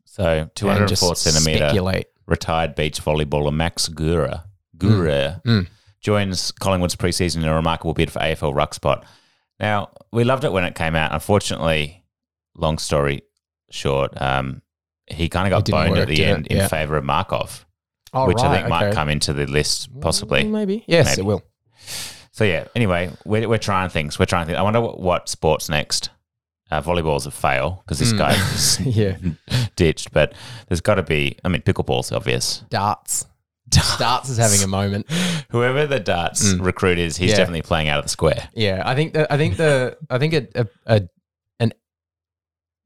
Speaker 12: So two hundred four
Speaker 13: just
Speaker 12: centimeter
Speaker 13: speculate.
Speaker 12: retired beach volleyballer Max Gura Gura
Speaker 13: Mm.
Speaker 12: joins Collingwood's preseason in a remarkable bid for AFL ruck spot. Now we loved it when it came out. Unfortunately, long story short, um, he kind of
Speaker 13: It
Speaker 12: got
Speaker 13: didn't
Speaker 12: boned
Speaker 13: work,
Speaker 12: at the
Speaker 13: did it?
Speaker 12: end in
Speaker 13: Yeah.
Speaker 12: favour of Markov,
Speaker 13: Oh,
Speaker 12: which I
Speaker 13: right,
Speaker 12: think might
Speaker 13: okay. Mm,
Speaker 12: come into the list possibly.
Speaker 13: Maybe. Yes,
Speaker 12: Maybe.
Speaker 13: it will. [LAUGHS]
Speaker 12: So yeah. Anyway, we're, we're trying things. We're trying things. I wonder what, what sports next. Uh, volleyball's a fail because this
Speaker 13: Mm. [LAUGHS]
Speaker 12: guy's
Speaker 13: Yeah.
Speaker 12: ditched. But there's got to be. I mean, pickleball's obvious.
Speaker 13: Darts. Darts is having a moment.
Speaker 12: Whoever the darts recruit is, he's
Speaker 13: Hmm. Yeah.
Speaker 12: definitely playing out of the square.
Speaker 13: Yeah, I think the, I think the I think a, a, a an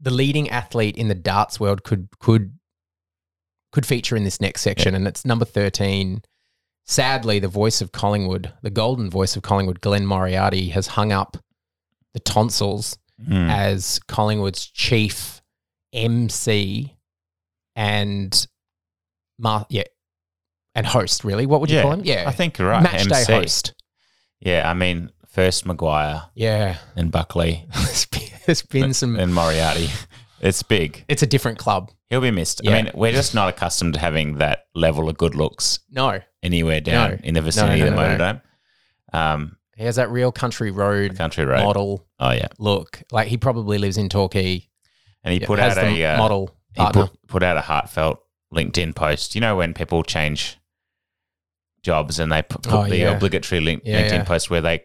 Speaker 13: the leading athlete in the darts world could could could feature in this next section, and it's number thirteen. Sadly, the voice of Collingwood, the golden voice of Collingwood, Glenn Moriarty, has hung up the tonsils
Speaker 12: Hmm.
Speaker 13: as Collingwood's chief MC and ma- yeah, and host. Really, what would you
Speaker 12: Yeah,
Speaker 13: call him? Yeah,
Speaker 12: I think you're right,
Speaker 13: Match day
Speaker 12: MC.
Speaker 13: host.
Speaker 12: Yeah. I mean, first Maguire
Speaker 13: Yeah. [LAUGHS]
Speaker 12: and Buckley [LAUGHS]
Speaker 13: There's been, there's been some.
Speaker 12: and Moriarty. It's big.
Speaker 13: It's a different club.
Speaker 12: He'll be missed. I
Speaker 13: Yeah.
Speaker 12: mean, we're just not accustomed to having that level of good looks
Speaker 13: No.
Speaker 12: anywhere down
Speaker 13: No.
Speaker 12: in the vicinity
Speaker 13: No, no,
Speaker 12: of the
Speaker 13: no, no.
Speaker 12: Motordome. Um,
Speaker 13: He has that real country road,
Speaker 12: country road.
Speaker 13: model.
Speaker 12: Oh, yeah.
Speaker 13: look. Like he probably lives in Torquay.
Speaker 12: and he
Speaker 13: Yeah,
Speaker 12: put
Speaker 13: has
Speaker 12: out
Speaker 13: the
Speaker 12: a uh,
Speaker 13: model
Speaker 12: He
Speaker 13: partner.
Speaker 12: put, put out a heartfelt LinkedIn post. You know when people change jobs and they put, put
Speaker 13: Oh,
Speaker 12: the
Speaker 13: yeah.
Speaker 12: obligatory link,
Speaker 13: Yeah,
Speaker 12: LinkedIn
Speaker 13: yeah.
Speaker 12: post where they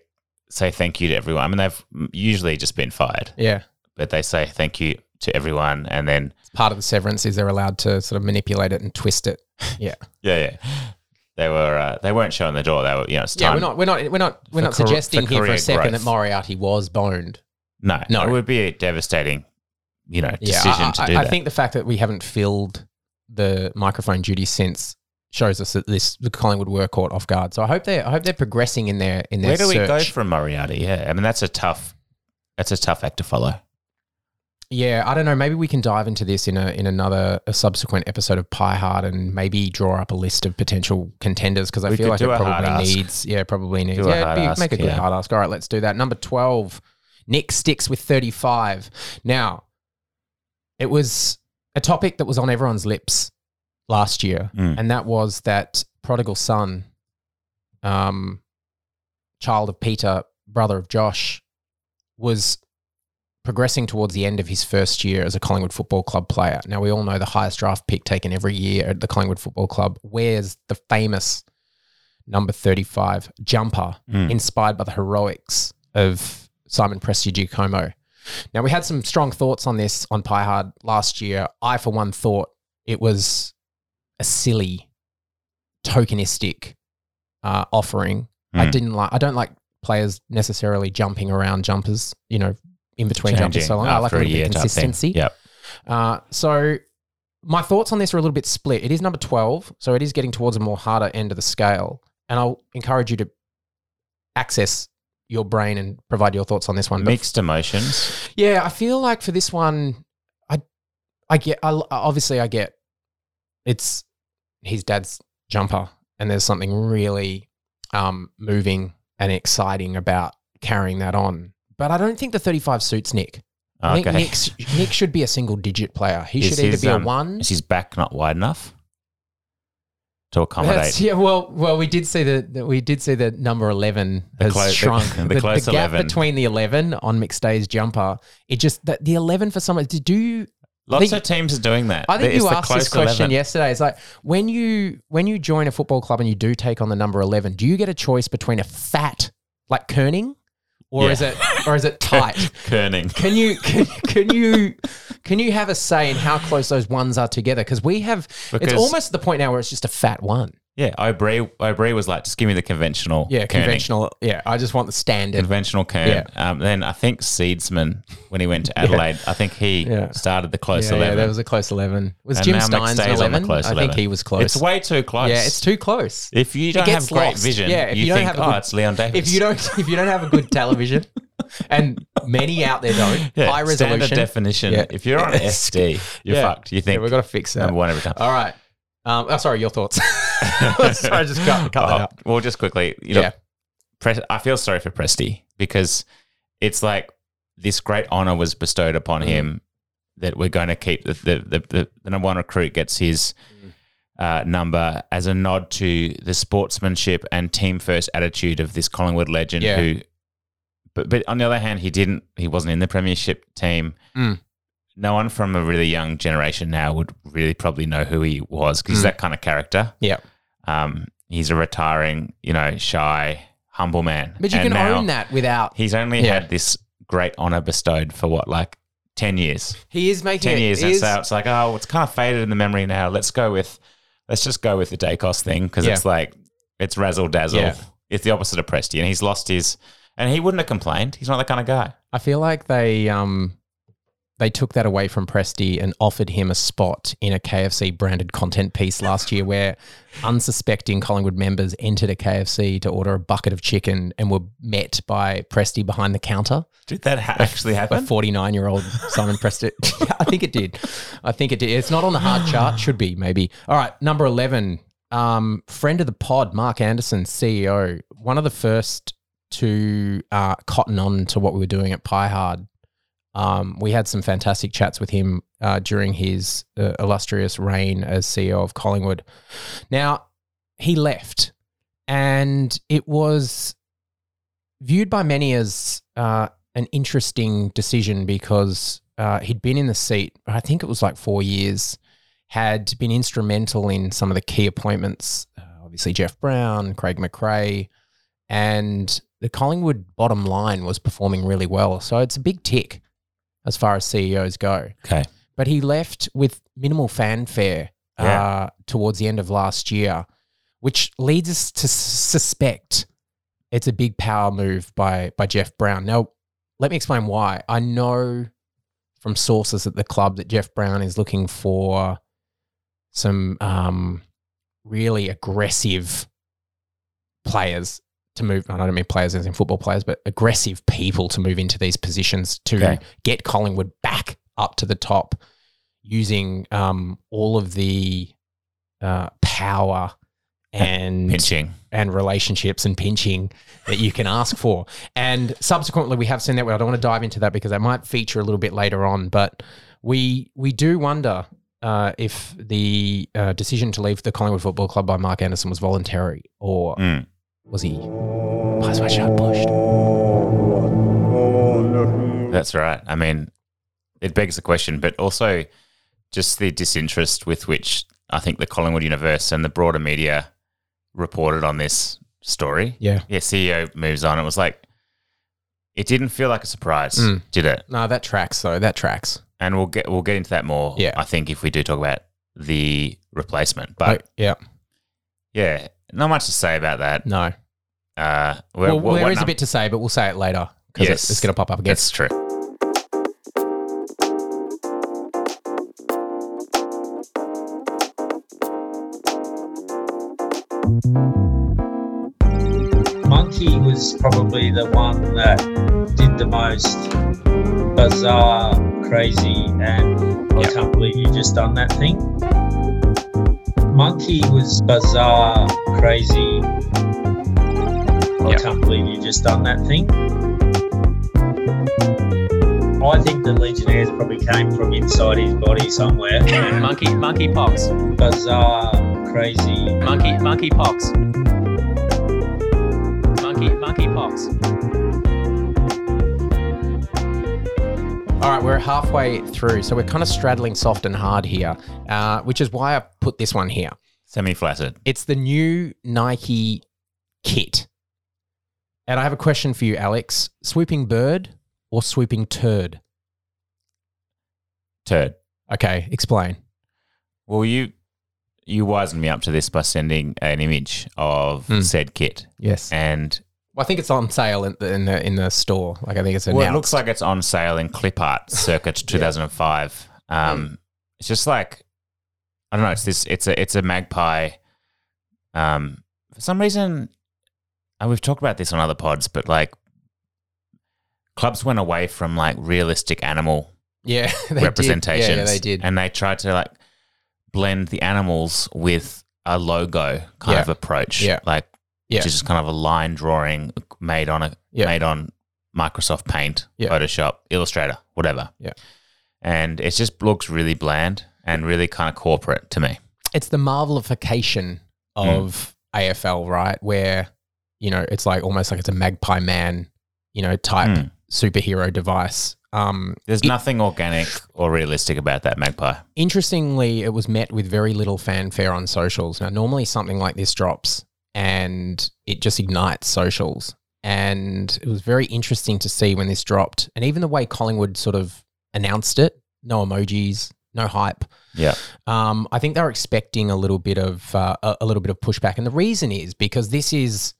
Speaker 12: say thank you to everyone. I mean, they've usually just been fired,
Speaker 13: Yeah.
Speaker 12: but they say thank you to everyone, and then
Speaker 13: Part of the severance is they're allowed to sort of manipulate it and twist it. Yeah.
Speaker 12: yeah, yeah, they were uh, they weren't showing the door. They were you know it's
Speaker 13: Yeah,
Speaker 12: time.
Speaker 13: we're not we're not we're not we're
Speaker 12: For
Speaker 13: not
Speaker 12: career-
Speaker 13: suggesting
Speaker 12: for
Speaker 13: here for
Speaker 12: career
Speaker 13: a second
Speaker 12: growth.
Speaker 13: that Moriarty was boned.
Speaker 12: No,
Speaker 13: No.
Speaker 12: it would be a devastating, you know,
Speaker 13: Yeah,
Speaker 12: decision
Speaker 13: I,
Speaker 12: to
Speaker 13: I-
Speaker 12: do
Speaker 13: I
Speaker 12: that.
Speaker 13: think the fact that we haven't filled the microphone duty since shows us that this the Collingwood were caught off guard. So I hope they I hope they're progressing in their in their
Speaker 12: Where do we go
Speaker 13: search.
Speaker 12: from Moriarty? Yeah, I mean that's a tough, that's a tough act to follow.
Speaker 13: Yeah, I don't know. Maybe we can dive into this in a in another a subsequent episode of Pie Hard and maybe draw up a list of potential contenders because I
Speaker 12: We
Speaker 13: feel
Speaker 12: could
Speaker 13: like it
Speaker 12: do a hard
Speaker 13: probably
Speaker 12: ask.
Speaker 13: needs. Yeah, probably needs.
Speaker 12: Do a
Speaker 13: yeah, it'd
Speaker 12: hard
Speaker 13: be-
Speaker 12: ask,
Speaker 13: make a good
Speaker 12: yeah.
Speaker 13: hard ask. All right, let's do that. Number twelve, Nick sticks with thirty five. Now, it was a topic that was on everyone's lips last year,
Speaker 12: Mm.
Speaker 13: and that was that prodigal son, um, child of Peter, brother of Josh, was progressing towards the end of his first year as a Collingwood Football Club player. Now, we all know the highest draft pick taken every year at the Collingwood Football Club wears the famous number 35 jumper
Speaker 12: Mm.
Speaker 13: inspired by the heroics of Simon Presti Giacomo. Now, we had some strong thoughts on this on Pie Hard last year. I, for one, thought it was a silly, tokenistic uh, offering. I
Speaker 12: Mm.
Speaker 13: didn't like, I don't like players necessarily jumping around jumpers, you know, in between jumpers so long. I like a
Speaker 12: after
Speaker 13: little bit
Speaker 12: year
Speaker 13: of
Speaker 12: type thing.
Speaker 13: consistency.
Speaker 12: Yep.
Speaker 13: Uh, so my thoughts on this are a little bit split. It is number 12, so it is getting towards a more harder end of the scale. And I'll encourage you to access your brain and provide your thoughts on this one. But
Speaker 12: Mixed emotions.
Speaker 13: yeah, I feel like for this one, I, I get. I, obviously, I get. It's his dad's jumper, and there's something really um, moving and exciting about carrying that on. But I don't think the 35 suits Nick. I think
Speaker 12: Okay.
Speaker 13: Nick's, Nick should be a single digit player. He
Speaker 12: Is
Speaker 13: should either
Speaker 12: his,
Speaker 13: be
Speaker 12: um,
Speaker 13: a one.
Speaker 12: Is his back not wide enough to
Speaker 13: That's,
Speaker 12: accommodate?
Speaker 13: [LAUGHS] yeah, well, well, we did see that that we did see that number eleven
Speaker 12: The
Speaker 13: has
Speaker 12: clo- the- [LAUGHS]
Speaker 13: shrunk.
Speaker 12: the close
Speaker 13: gap
Speaker 12: 11.
Speaker 13: between the eleven on McStay's jumper, it just that the eleven for some do you
Speaker 12: Lots
Speaker 13: the-
Speaker 12: of teams are doing that.
Speaker 13: I think
Speaker 12: It's
Speaker 13: you
Speaker 12: the
Speaker 13: asked this
Speaker 12: close
Speaker 13: question
Speaker 12: 11.
Speaker 13: yesterday. It's like when you when you join a football club and you do take on the number eleven, do you get a choice between a fat like kerning, or
Speaker 12: Yeah.
Speaker 13: is it or is it tight?
Speaker 12: [LAUGHS] Kerning.
Speaker 13: Can you can, can you can you have a say in how close those ones are together? Because we have
Speaker 12: Because-
Speaker 13: it's almost the point now where it's just a fat one.
Speaker 12: Yeah, O'Brien. O'Brien was like, just give me the conventional.
Speaker 13: Yeah,
Speaker 12: kerning.
Speaker 13: conventional. Yeah, I just want the standard.
Speaker 12: Conventional Kern. Um, then I think Seedsman, when he went
Speaker 13: [LAUGHS]
Speaker 12: to Adelaide, I think he
Speaker 13: Yeah.
Speaker 12: started the close
Speaker 13: yeah, yeah,
Speaker 12: 11.
Speaker 13: that was a close eleven. Was
Speaker 12: And
Speaker 13: Jim
Speaker 12: now
Speaker 13: Stein's an
Speaker 12: McStay's on the
Speaker 13: eleven?
Speaker 12: close
Speaker 13: I think
Speaker 12: 11.
Speaker 13: he was close.
Speaker 12: It's way too close.
Speaker 13: Yeah, it's too close.
Speaker 12: If you
Speaker 13: It
Speaker 12: don't have
Speaker 13: gets
Speaker 12: great
Speaker 13: lost.
Speaker 12: vision,
Speaker 13: Yeah, if
Speaker 12: you,
Speaker 13: you don't
Speaker 12: think,
Speaker 13: have a
Speaker 12: oh,
Speaker 13: good-
Speaker 12: it's Leon Davis.
Speaker 13: if you don't if you don't have a good television,
Speaker 12: [LAUGHS]
Speaker 13: and many out there don't,
Speaker 12: yeah,
Speaker 13: high
Speaker 12: standard
Speaker 13: resolution
Speaker 12: definition.
Speaker 13: Yeah.
Speaker 12: If
Speaker 13: [LAUGHS]
Speaker 12: you're on SD, you're
Speaker 13: Yeah.
Speaker 12: fucked. You think
Speaker 13: yeah, we've got to fix that.
Speaker 12: number one every time.
Speaker 13: All right. Um, oh, sorry, your thoughts. [LAUGHS] sorry, I just cut, cut that
Speaker 12: Oh,
Speaker 13: out.
Speaker 12: Well, just quickly, you know,
Speaker 13: Yeah.
Speaker 12: Pres- I feel sorry for Presti because it's like this great honor was bestowed upon
Speaker 13: Mm.
Speaker 12: him that we're going to keep the the, the, the, the number one recruit gets his
Speaker 13: Mm.
Speaker 12: uh, number as a nod to the sportsmanship and team first attitude of this Collingwood legend
Speaker 13: Yeah.
Speaker 12: who. But, but on the other hand, he didn't. He wasn't in the premiership team.
Speaker 13: Mm.
Speaker 12: No one from a really young generation now would really probably know who he was because he's
Speaker 13: Mm.
Speaker 12: that kind of character.
Speaker 13: Yeah.
Speaker 12: Um, he's a retiring, you know, shy, humble man.
Speaker 13: But you
Speaker 12: And
Speaker 13: can
Speaker 12: now
Speaker 13: own that without.
Speaker 12: He's only
Speaker 13: Yeah.
Speaker 12: had this great honor bestowed for what, like 10 years?
Speaker 13: He is making
Speaker 12: 10
Speaker 13: it-
Speaker 12: years.
Speaker 13: he
Speaker 12: And
Speaker 13: is-
Speaker 12: so it's like, oh, it's kind of faded in the memory now. Let's go with, let's just go with the Dacos thing because
Speaker 13: Yeah.
Speaker 12: it's like, it's razzle dazzle.
Speaker 13: Yeah.
Speaker 12: It's the opposite of Presti. And he's lost his, and he wouldn't have complained. He's not that kind of guy.
Speaker 13: I feel like they um they took that away from Presti and offered him a spot in a KFC branded content piece last year where unsuspecting Collingwood members entered a KFC to order a bucket of chicken and were met by Presti behind the counter.
Speaker 12: Did that ha- actually
Speaker 13: A
Speaker 12: happen?
Speaker 13: 49 year old Simon Presti. [LAUGHS] I think it did. I think it did. It's not on the hard
Speaker 12: [SIGHS]
Speaker 13: chart. Should be, maybe. All right. Number 11. Um, friend of the pod, Mark Anderson, E CEO. One of the first to uh, cotton on to what we were doing at Pie Hard Um, we had some fantastic chats with him uh, during his uh, illustrious reign as CEO of Collingwood. Now, he left, and it was viewed by many as uh, an interesting decision because uh, he'd been in the seat, I think it was like four years, had been instrumental in some of the key appointments, uh, obviously Jeff Brown, Craig McRae, and the Collingwood bottom line was performing really well. So it's a big tick as far as CEOs go.
Speaker 12: Okay.
Speaker 13: But he left with minimal fanfare
Speaker 12: Yeah.
Speaker 13: uh, towards the end of last year, which leads us to s- suspect it's a big power move by by Jeff Brown. Now, let me explain why. I know from sources at the club that Jeff Brown is looking for some um, really aggressive players to move. I don't mean players as in football players, but aggressive people to move into these positions to
Speaker 12: Okay.
Speaker 13: get Collingwood back up to the top using um, all of the uh, power and
Speaker 12: Pinching.
Speaker 13: and relationships and pinching that you can ask for. And subsequently, we have seen that. Well, I don't want to dive into that because that might feature a little bit later on. But we we do wonder uh, if the uh, decision to leave the Collingwood Football Club by Mark Anderson was voluntary or
Speaker 12: Mm.
Speaker 13: was he? Was my shot pushed?
Speaker 12: That's right. I mean, it begs the question, but also just the disinterest with which I think the Collingwood universe and the broader media reported on this story.
Speaker 13: Yeah.
Speaker 12: Yeah. CEO moves on. It was like, it didn't feel like a surprise,
Speaker 13: Mm.
Speaker 12: did it?
Speaker 13: No, that tracks though. That tracks.
Speaker 12: And we'll get we'll get into that more. Yeah. I think if we do talk about the replacement, but
Speaker 13: Like, yeah.
Speaker 12: yeah, not much to say about that.
Speaker 13: No.
Speaker 12: Uh,
Speaker 13: Well,
Speaker 12: what-
Speaker 13: there
Speaker 12: what
Speaker 13: is a
Speaker 12: num-
Speaker 13: bit to say, but we'll say it later because
Speaker 12: Yes.
Speaker 13: it's going to pop up again.
Speaker 12: That's true.
Speaker 14: Monkey was probably the one that did the most bizarre, crazy, and I can't believe you just done that thing. Monkey was bizarre, crazy. I can't believe you just done that thing. I think the Legionnaires probably came from inside his body somewhere. [LAUGHS] monkey, monkey pox. Bizarre, crazy. Monkey, monkey pox.
Speaker 13: Monkey, monkey pox. All right, we're halfway through, so we're kind of straddling soft and hard here, uh, which is why I put this one here.
Speaker 12: Semi-flaccid.
Speaker 13: It's the new Nike kit, and I have a question for you, Alex: swooping bird or swooping turd?
Speaker 12: Turd.
Speaker 13: Okay, explain.
Speaker 12: Well, you you wisened me up to this by sending an image of said kit.
Speaker 13: Yes.
Speaker 12: and
Speaker 13: Well, I think Hmm. it's on sale in the in the, in the store. Like I think it's announced.
Speaker 12: well, it looks like it's on sale in clip art
Speaker 13: [LAUGHS]
Speaker 12: circa 2005.
Speaker 13: Hmm.
Speaker 12: Um, It's just like I don't know. It's this. It's a it's a magpie. Um, for some reason, and we've talked about this on other pods, but like clubs went away from like realistic animal
Speaker 13: Yeah, [LAUGHS] they did. Yeah, yeah,
Speaker 12: representations.
Speaker 13: they did.
Speaker 12: and they tried to like blend the animals with a logo kind
Speaker 13: Yeah.
Speaker 12: of approach.
Speaker 13: Yeah.
Speaker 12: like
Speaker 13: Yeah.
Speaker 12: which is just kind of a line drawing made on a
Speaker 13: Yeah.
Speaker 12: made on Microsoft Paint,
Speaker 13: Yeah.
Speaker 12: Photoshop, Illustrator, whatever.
Speaker 13: Yeah.
Speaker 12: and it just looks really bland and really kind of corporate to me.
Speaker 13: it's the marvelification of AFL, right? Where you know it's like almost like it's a magpie man, you know, type
Speaker 12: Mm.
Speaker 13: superhero device. Um,
Speaker 12: There's
Speaker 13: it-
Speaker 12: nothing organic or realistic about that magpie.
Speaker 13: Interestingly, it was met with very little fanfare on socials. Now, normally something like this drops and it just ignites socials. And it was very interesting to see when this dropped, and even the way Collingwood sort of announced it: no emojis, no hype.
Speaker 12: Yeah.
Speaker 13: Um, I think they're expecting a little bit of uh, a, a little bit of pushback, and the reason is because this is.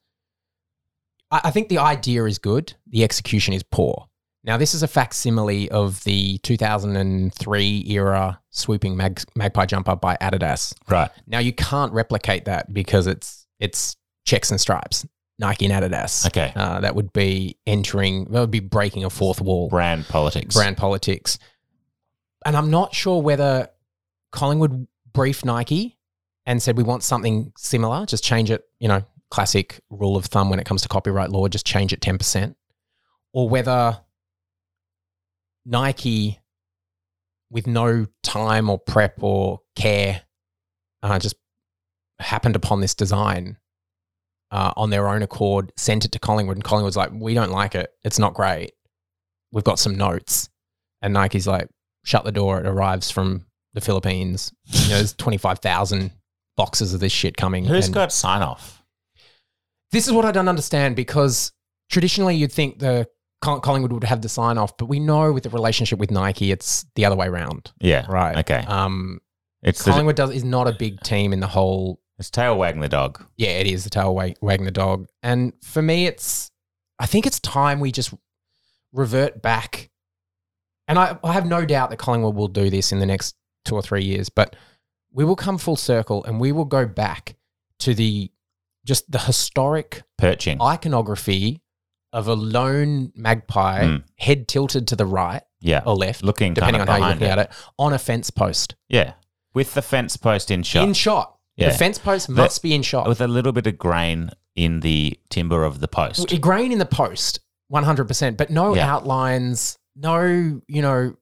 Speaker 13: I, I think the idea is good. The execution is poor. Now, this is a facsimile of the 2003 era swooping mag- magpie jumper by Adidas.
Speaker 12: Right.
Speaker 13: Now, you can't replicate that because it's it's checks and stripes, Nike and Adidas.
Speaker 12: Okay.
Speaker 13: Uh, that would be entering. That would be breaking a fourth wall.
Speaker 12: Brand politics.
Speaker 13: Brand politics. And I'm not sure whether Collingwood briefed Nike and said, we want something similar, just change it, you know, classic rule of thumb when it comes to copyright law, just change it 10%. Or whether Nike, with no time or prep or care, uh, just happened upon this design uh, on their own accord, sent it to Collingwood, and Collingwood's like, "We don't like it. It's not great. We've got some notes." And Nike's like, "Shut the door. It arrives from the Philippines. You know, there's twenty five thousand boxes of this shit coming."
Speaker 12: Who's
Speaker 13: And-
Speaker 12: got sign off?
Speaker 13: this is what I don't understand because traditionally you'd think the Col- Collingwood would have the sign off, but we know with the relationship with Nike, it's the other way around.
Speaker 12: Yeah.
Speaker 13: Right.
Speaker 12: Okay.
Speaker 13: Um,
Speaker 12: It's the-
Speaker 13: Collingwood does is not a big team in the whole.
Speaker 12: It's tail wagging the dog.
Speaker 13: Yeah, it is the tail wag- wagging the dog, and for me, it's I think it's time we just revert back, and I, I have no doubt that Collingwood will do this in the next two or three years, but we will come full circle and we will go back to the just the historic
Speaker 12: Perching.
Speaker 13: iconography of a lone magpie
Speaker 12: Mm.
Speaker 13: head tilted to the right
Speaker 12: Yeah.
Speaker 13: or left
Speaker 12: Looking
Speaker 13: depending on
Speaker 12: kind
Speaker 13: how
Speaker 12: of
Speaker 13: you look
Speaker 12: behind
Speaker 13: at it on a fence post
Speaker 12: Yeah. With the fence post in shot.
Speaker 13: in shot
Speaker 12: Yeah.
Speaker 13: the fence post
Speaker 12: The-
Speaker 13: must be in shot
Speaker 12: With a little bit of grain in the timber of the post.
Speaker 13: W- grain in the post 100% but no
Speaker 12: Yeah.
Speaker 13: outlines no you know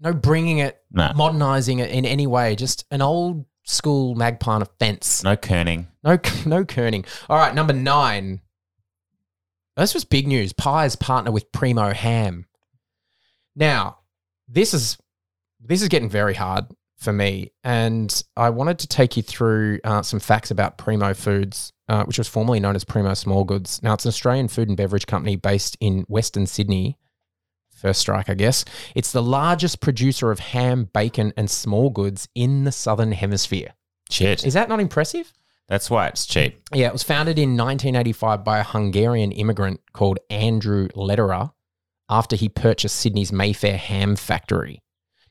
Speaker 13: no bringing it
Speaker 12: No.
Speaker 13: modernizing it in any way just an old school magpie on a fence
Speaker 12: No kerning.
Speaker 13: no [LAUGHS] no kerning all right number 9 this was big news pies partner with primo ham Now, this is this is getting very hard for me, and I wanted to take you through uh, some facts about Primo Foods, uh, which was formerly known as Primo Small Goods. Now, it's an Australian food and beverage company based in Western Sydney. First strike, I guess. It's the largest producer of ham, bacon, and small goods in the Southern Hemisphere.
Speaker 12: Shit.
Speaker 13: Is that not impressive?
Speaker 12: That's why it's cheap.
Speaker 13: Yeah, it was founded in 1985 by a Hungarian immigrant called Andrew Lederer after he purchased Sydney's Mayfair ham factory.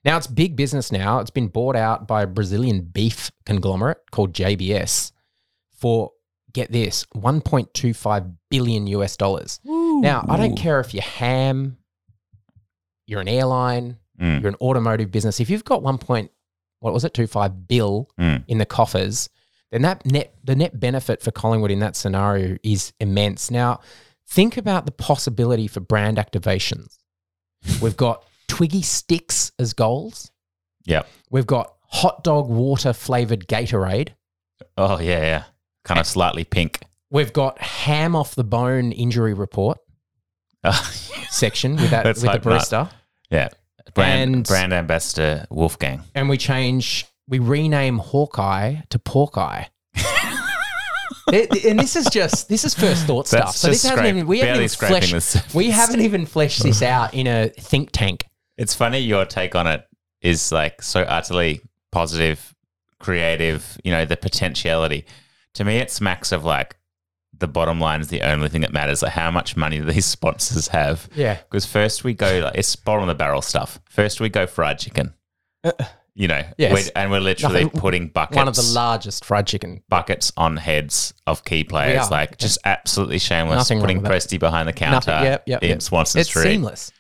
Speaker 13: Now it's big business now. It's been bought out by a Brazilian beef conglomerate called JBS for get this, 1.25 billion US dollars. Now, I don't care if you're ham, you're an airline,
Speaker 12: Mm.
Speaker 13: you're an automotive business. If you've got 1. Point, what was it? 25 bill
Speaker 12: Mm.
Speaker 13: in the coffers, then that net the net benefit for Collingwood in that scenario is immense. Now, think about the possibility for brand activations. We've got Twiggy sticks as goals.
Speaker 12: Yep.
Speaker 13: We've got hot dog water flavored Gatorade.
Speaker 12: Oh, yeah, yeah. Kind of slightly pink. [LAUGHS]
Speaker 13: We've got ham off the bone injury report section with that with
Speaker 12: [LAUGHS] Let's
Speaker 13: the
Speaker 12: hope not.
Speaker 13: barista.
Speaker 12: Yeah. Brand,
Speaker 13: And-
Speaker 12: brand ambassador Wolfgang.
Speaker 13: and we change we rename Hawkeye
Speaker 12: [LAUGHS]
Speaker 13: to Porkeye. It- and this is just this is first thought stuff.
Speaker 12: That's
Speaker 13: so this
Speaker 12: just
Speaker 13: hasn't
Speaker 12: scrape-
Speaker 13: even we haven't
Speaker 12: barely
Speaker 13: even
Speaker 12: scraping
Speaker 13: fleshed
Speaker 12: the surface.
Speaker 13: we haven't even fleshed this out in a think tank.
Speaker 12: It's funny your take on it is like so utterly positive, creative, you know, the potentiality. To me, it smacks of like the bottom line is the only thing that matters, like how much money [LAUGHS] these sponsors have.
Speaker 13: Yeah.
Speaker 12: Because first we go, like, it's bottom of the barrel stuff. First we go fried chicken, you know,
Speaker 13: Uh, Yes.
Speaker 12: we're- and we're literally
Speaker 13: Nothing-
Speaker 12: putting buckets.
Speaker 13: One of the largest fried chicken.
Speaker 12: Buckets on heads of key players,
Speaker 13: are.
Speaker 12: like just absolutely shameless.
Speaker 13: Nothing wrong
Speaker 12: putting
Speaker 13: with that.
Speaker 12: Presty behind the counter
Speaker 13: Nothing. Yep, yep,
Speaker 12: in
Speaker 13: yep.
Speaker 12: Swanson
Speaker 13: It's
Speaker 12: Street.
Speaker 13: seamless.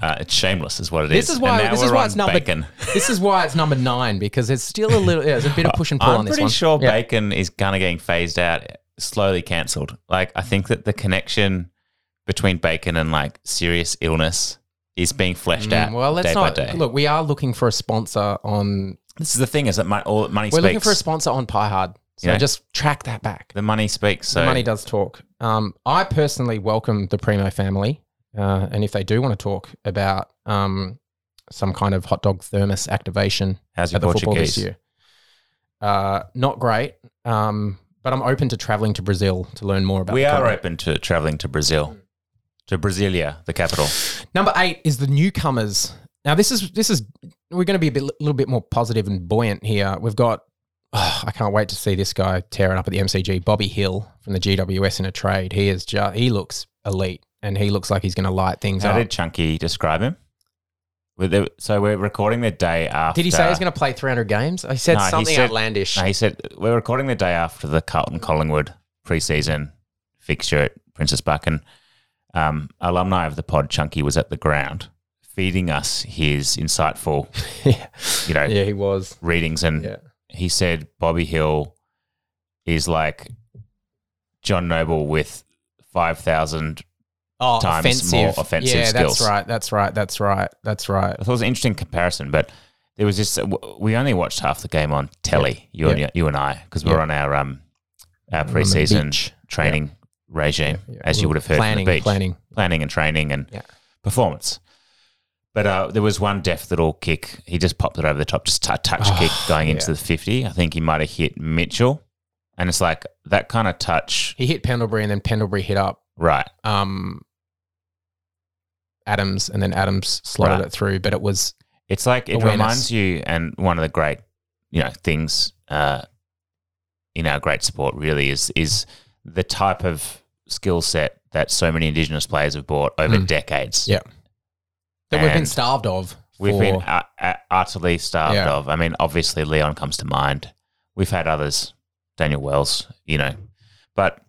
Speaker 12: Uh, it's shameless, is what it is.
Speaker 13: This is why
Speaker 12: And now
Speaker 13: this is
Speaker 12: we're
Speaker 13: why
Speaker 12: on
Speaker 13: it's number
Speaker 12: bacon.
Speaker 13: this is why it's number nine because it's still a little yeah, there's a bit of push and pull
Speaker 12: I'm
Speaker 13: on this
Speaker 12: pretty
Speaker 13: one.
Speaker 12: sure
Speaker 13: Yeah.
Speaker 12: bacon is kind of getting phased out, slowly cancelled. Like I think that the connection between bacon and like serious illness is being fleshed out.
Speaker 13: Mm, well, let's
Speaker 12: day
Speaker 13: not
Speaker 12: by day.
Speaker 13: look. We are looking for a sponsor on.
Speaker 12: This is the thing: is that mon- all money
Speaker 13: We're
Speaker 12: speaks.
Speaker 13: looking for a sponsor on Pie Hard. So
Speaker 12: You know?
Speaker 13: just track that back.
Speaker 12: the money speaks. So
Speaker 13: the money does talk. Um, I personally welcome the Primo family, uh, and if they do want to talk about um, some kind of hot dog thermos activation
Speaker 12: How's your
Speaker 13: at the football this
Speaker 12: Portuguese?
Speaker 13: year, uh, not great. Um, but I'm open to traveling to Brazil to learn more about.
Speaker 12: we
Speaker 13: the
Speaker 12: are
Speaker 13: club.
Speaker 12: open to traveling to Brazil, to Brasilia, the capital.
Speaker 13: Number eight is the newcomers. Now this is this is we're going to be a bit, little bit more positive and buoyant here. We've got oh, I can't wait to see this guy tear it up at the MCG. Bobby Hill from the GWS in a trade. He is just he looks elite and he looks like he's going to light things
Speaker 12: How
Speaker 13: up.
Speaker 12: did Chunky describe him? With the- So we're recording the day after.
Speaker 13: Did he say he's going to play 300 games? He said
Speaker 12: No, he
Speaker 13: something
Speaker 12: said-
Speaker 13: outlandish.
Speaker 12: No, he said we're recording the day after the Carlton Collingwood preseason fixture at Princess Buck, and um, alumni of the pod Chunky was at the ground feeding us his insightful, you know,
Speaker 13: [LAUGHS] yeah, he was
Speaker 12: readings, and he said Bobby Hill is like John Noble with five thousand
Speaker 13: Oh,
Speaker 12: times
Speaker 13: offensive.
Speaker 12: more offensive
Speaker 13: yeah,
Speaker 12: skills.
Speaker 13: that's right. That's right. That's right. That's right.
Speaker 12: I thought it was an interesting comparison, but there was just w- we only watched half the game on telly. You
Speaker 13: Yeah.
Speaker 12: and you and I because we were
Speaker 13: Yeah.
Speaker 12: on our um our
Speaker 13: the
Speaker 12: preseason
Speaker 13: beach.
Speaker 12: training regime,
Speaker 13: yeah.
Speaker 12: as
Speaker 13: We
Speaker 12: you
Speaker 13: were
Speaker 12: would have heard
Speaker 13: planning,
Speaker 12: from the beach,
Speaker 13: planning.
Speaker 12: planning and training and
Speaker 13: Yeah.
Speaker 12: performance. But uh, there was one deft little kick. He just popped it over the top, just a touch kick going into
Speaker 13: Oh, yeah.
Speaker 12: the fifty. I think he might have hit Mitchell, and it's like that kind of touch,
Speaker 13: He hit Pendlebury and then Pendlebury hit up
Speaker 12: right?
Speaker 13: um, Adams and then Adams slotted
Speaker 12: Right.
Speaker 13: it through, but it was
Speaker 12: It's like it
Speaker 13: Awareness.
Speaker 12: reminds you, and one of the great, you know, things uh, in our great sport really is is the type of skill set that so many Indigenous players have brought over
Speaker 13: Mm.
Speaker 12: decades.
Speaker 13: Yeah. that we've been
Speaker 12: And
Speaker 13: starved of.
Speaker 12: We've
Speaker 13: for,
Speaker 12: been uh, uh, utterly starved
Speaker 13: Yeah.
Speaker 12: of. I mean, obviously Leon comes to mind. We've had others, Daniel Wells, you know, but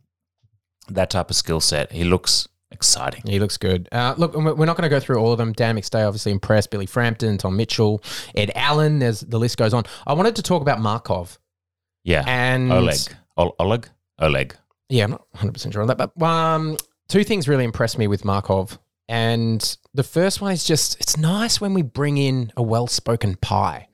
Speaker 12: that type of skill set, he looks exciting.
Speaker 13: He looks good. Uh, look, and we're we're not going to go through all of them. Dan McStay, obviously impressed. Billy Frampton, Tom Mitchell, Ed Allen. There's the list goes on. I wanted to talk about Markov.
Speaker 12: Yeah,
Speaker 13: And-
Speaker 12: Oleg, Ol- Oleg, Oleg.
Speaker 13: Yeah, I'm not 100 percent sure on that, but um, two things really impressed me with Markov. And the first one is just it's nice when we bring in a well-spoken pie,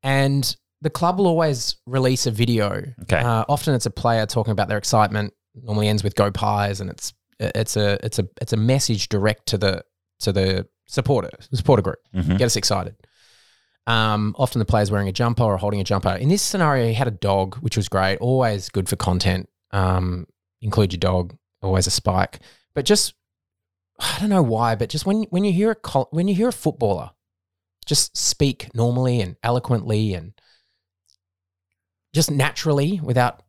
Speaker 13: and the club will always release a video.
Speaker 12: Okay.
Speaker 13: Uh, often it's a player talking about their excitement. Normally ends with "Go Pies," and it's it's a it's a it's a message direct to the to the supporter supporter group.
Speaker 12: Mhm.
Speaker 13: Get us excited. Um, often the player's wearing a jumper or holding a jumper. In this scenario, he had a dog, which was great. Always good for content. Um, include your dog. Always a spike. But just, I don't know why, but just when when you hear a col- when you hear a footballer, just speak normally and eloquently and just naturally without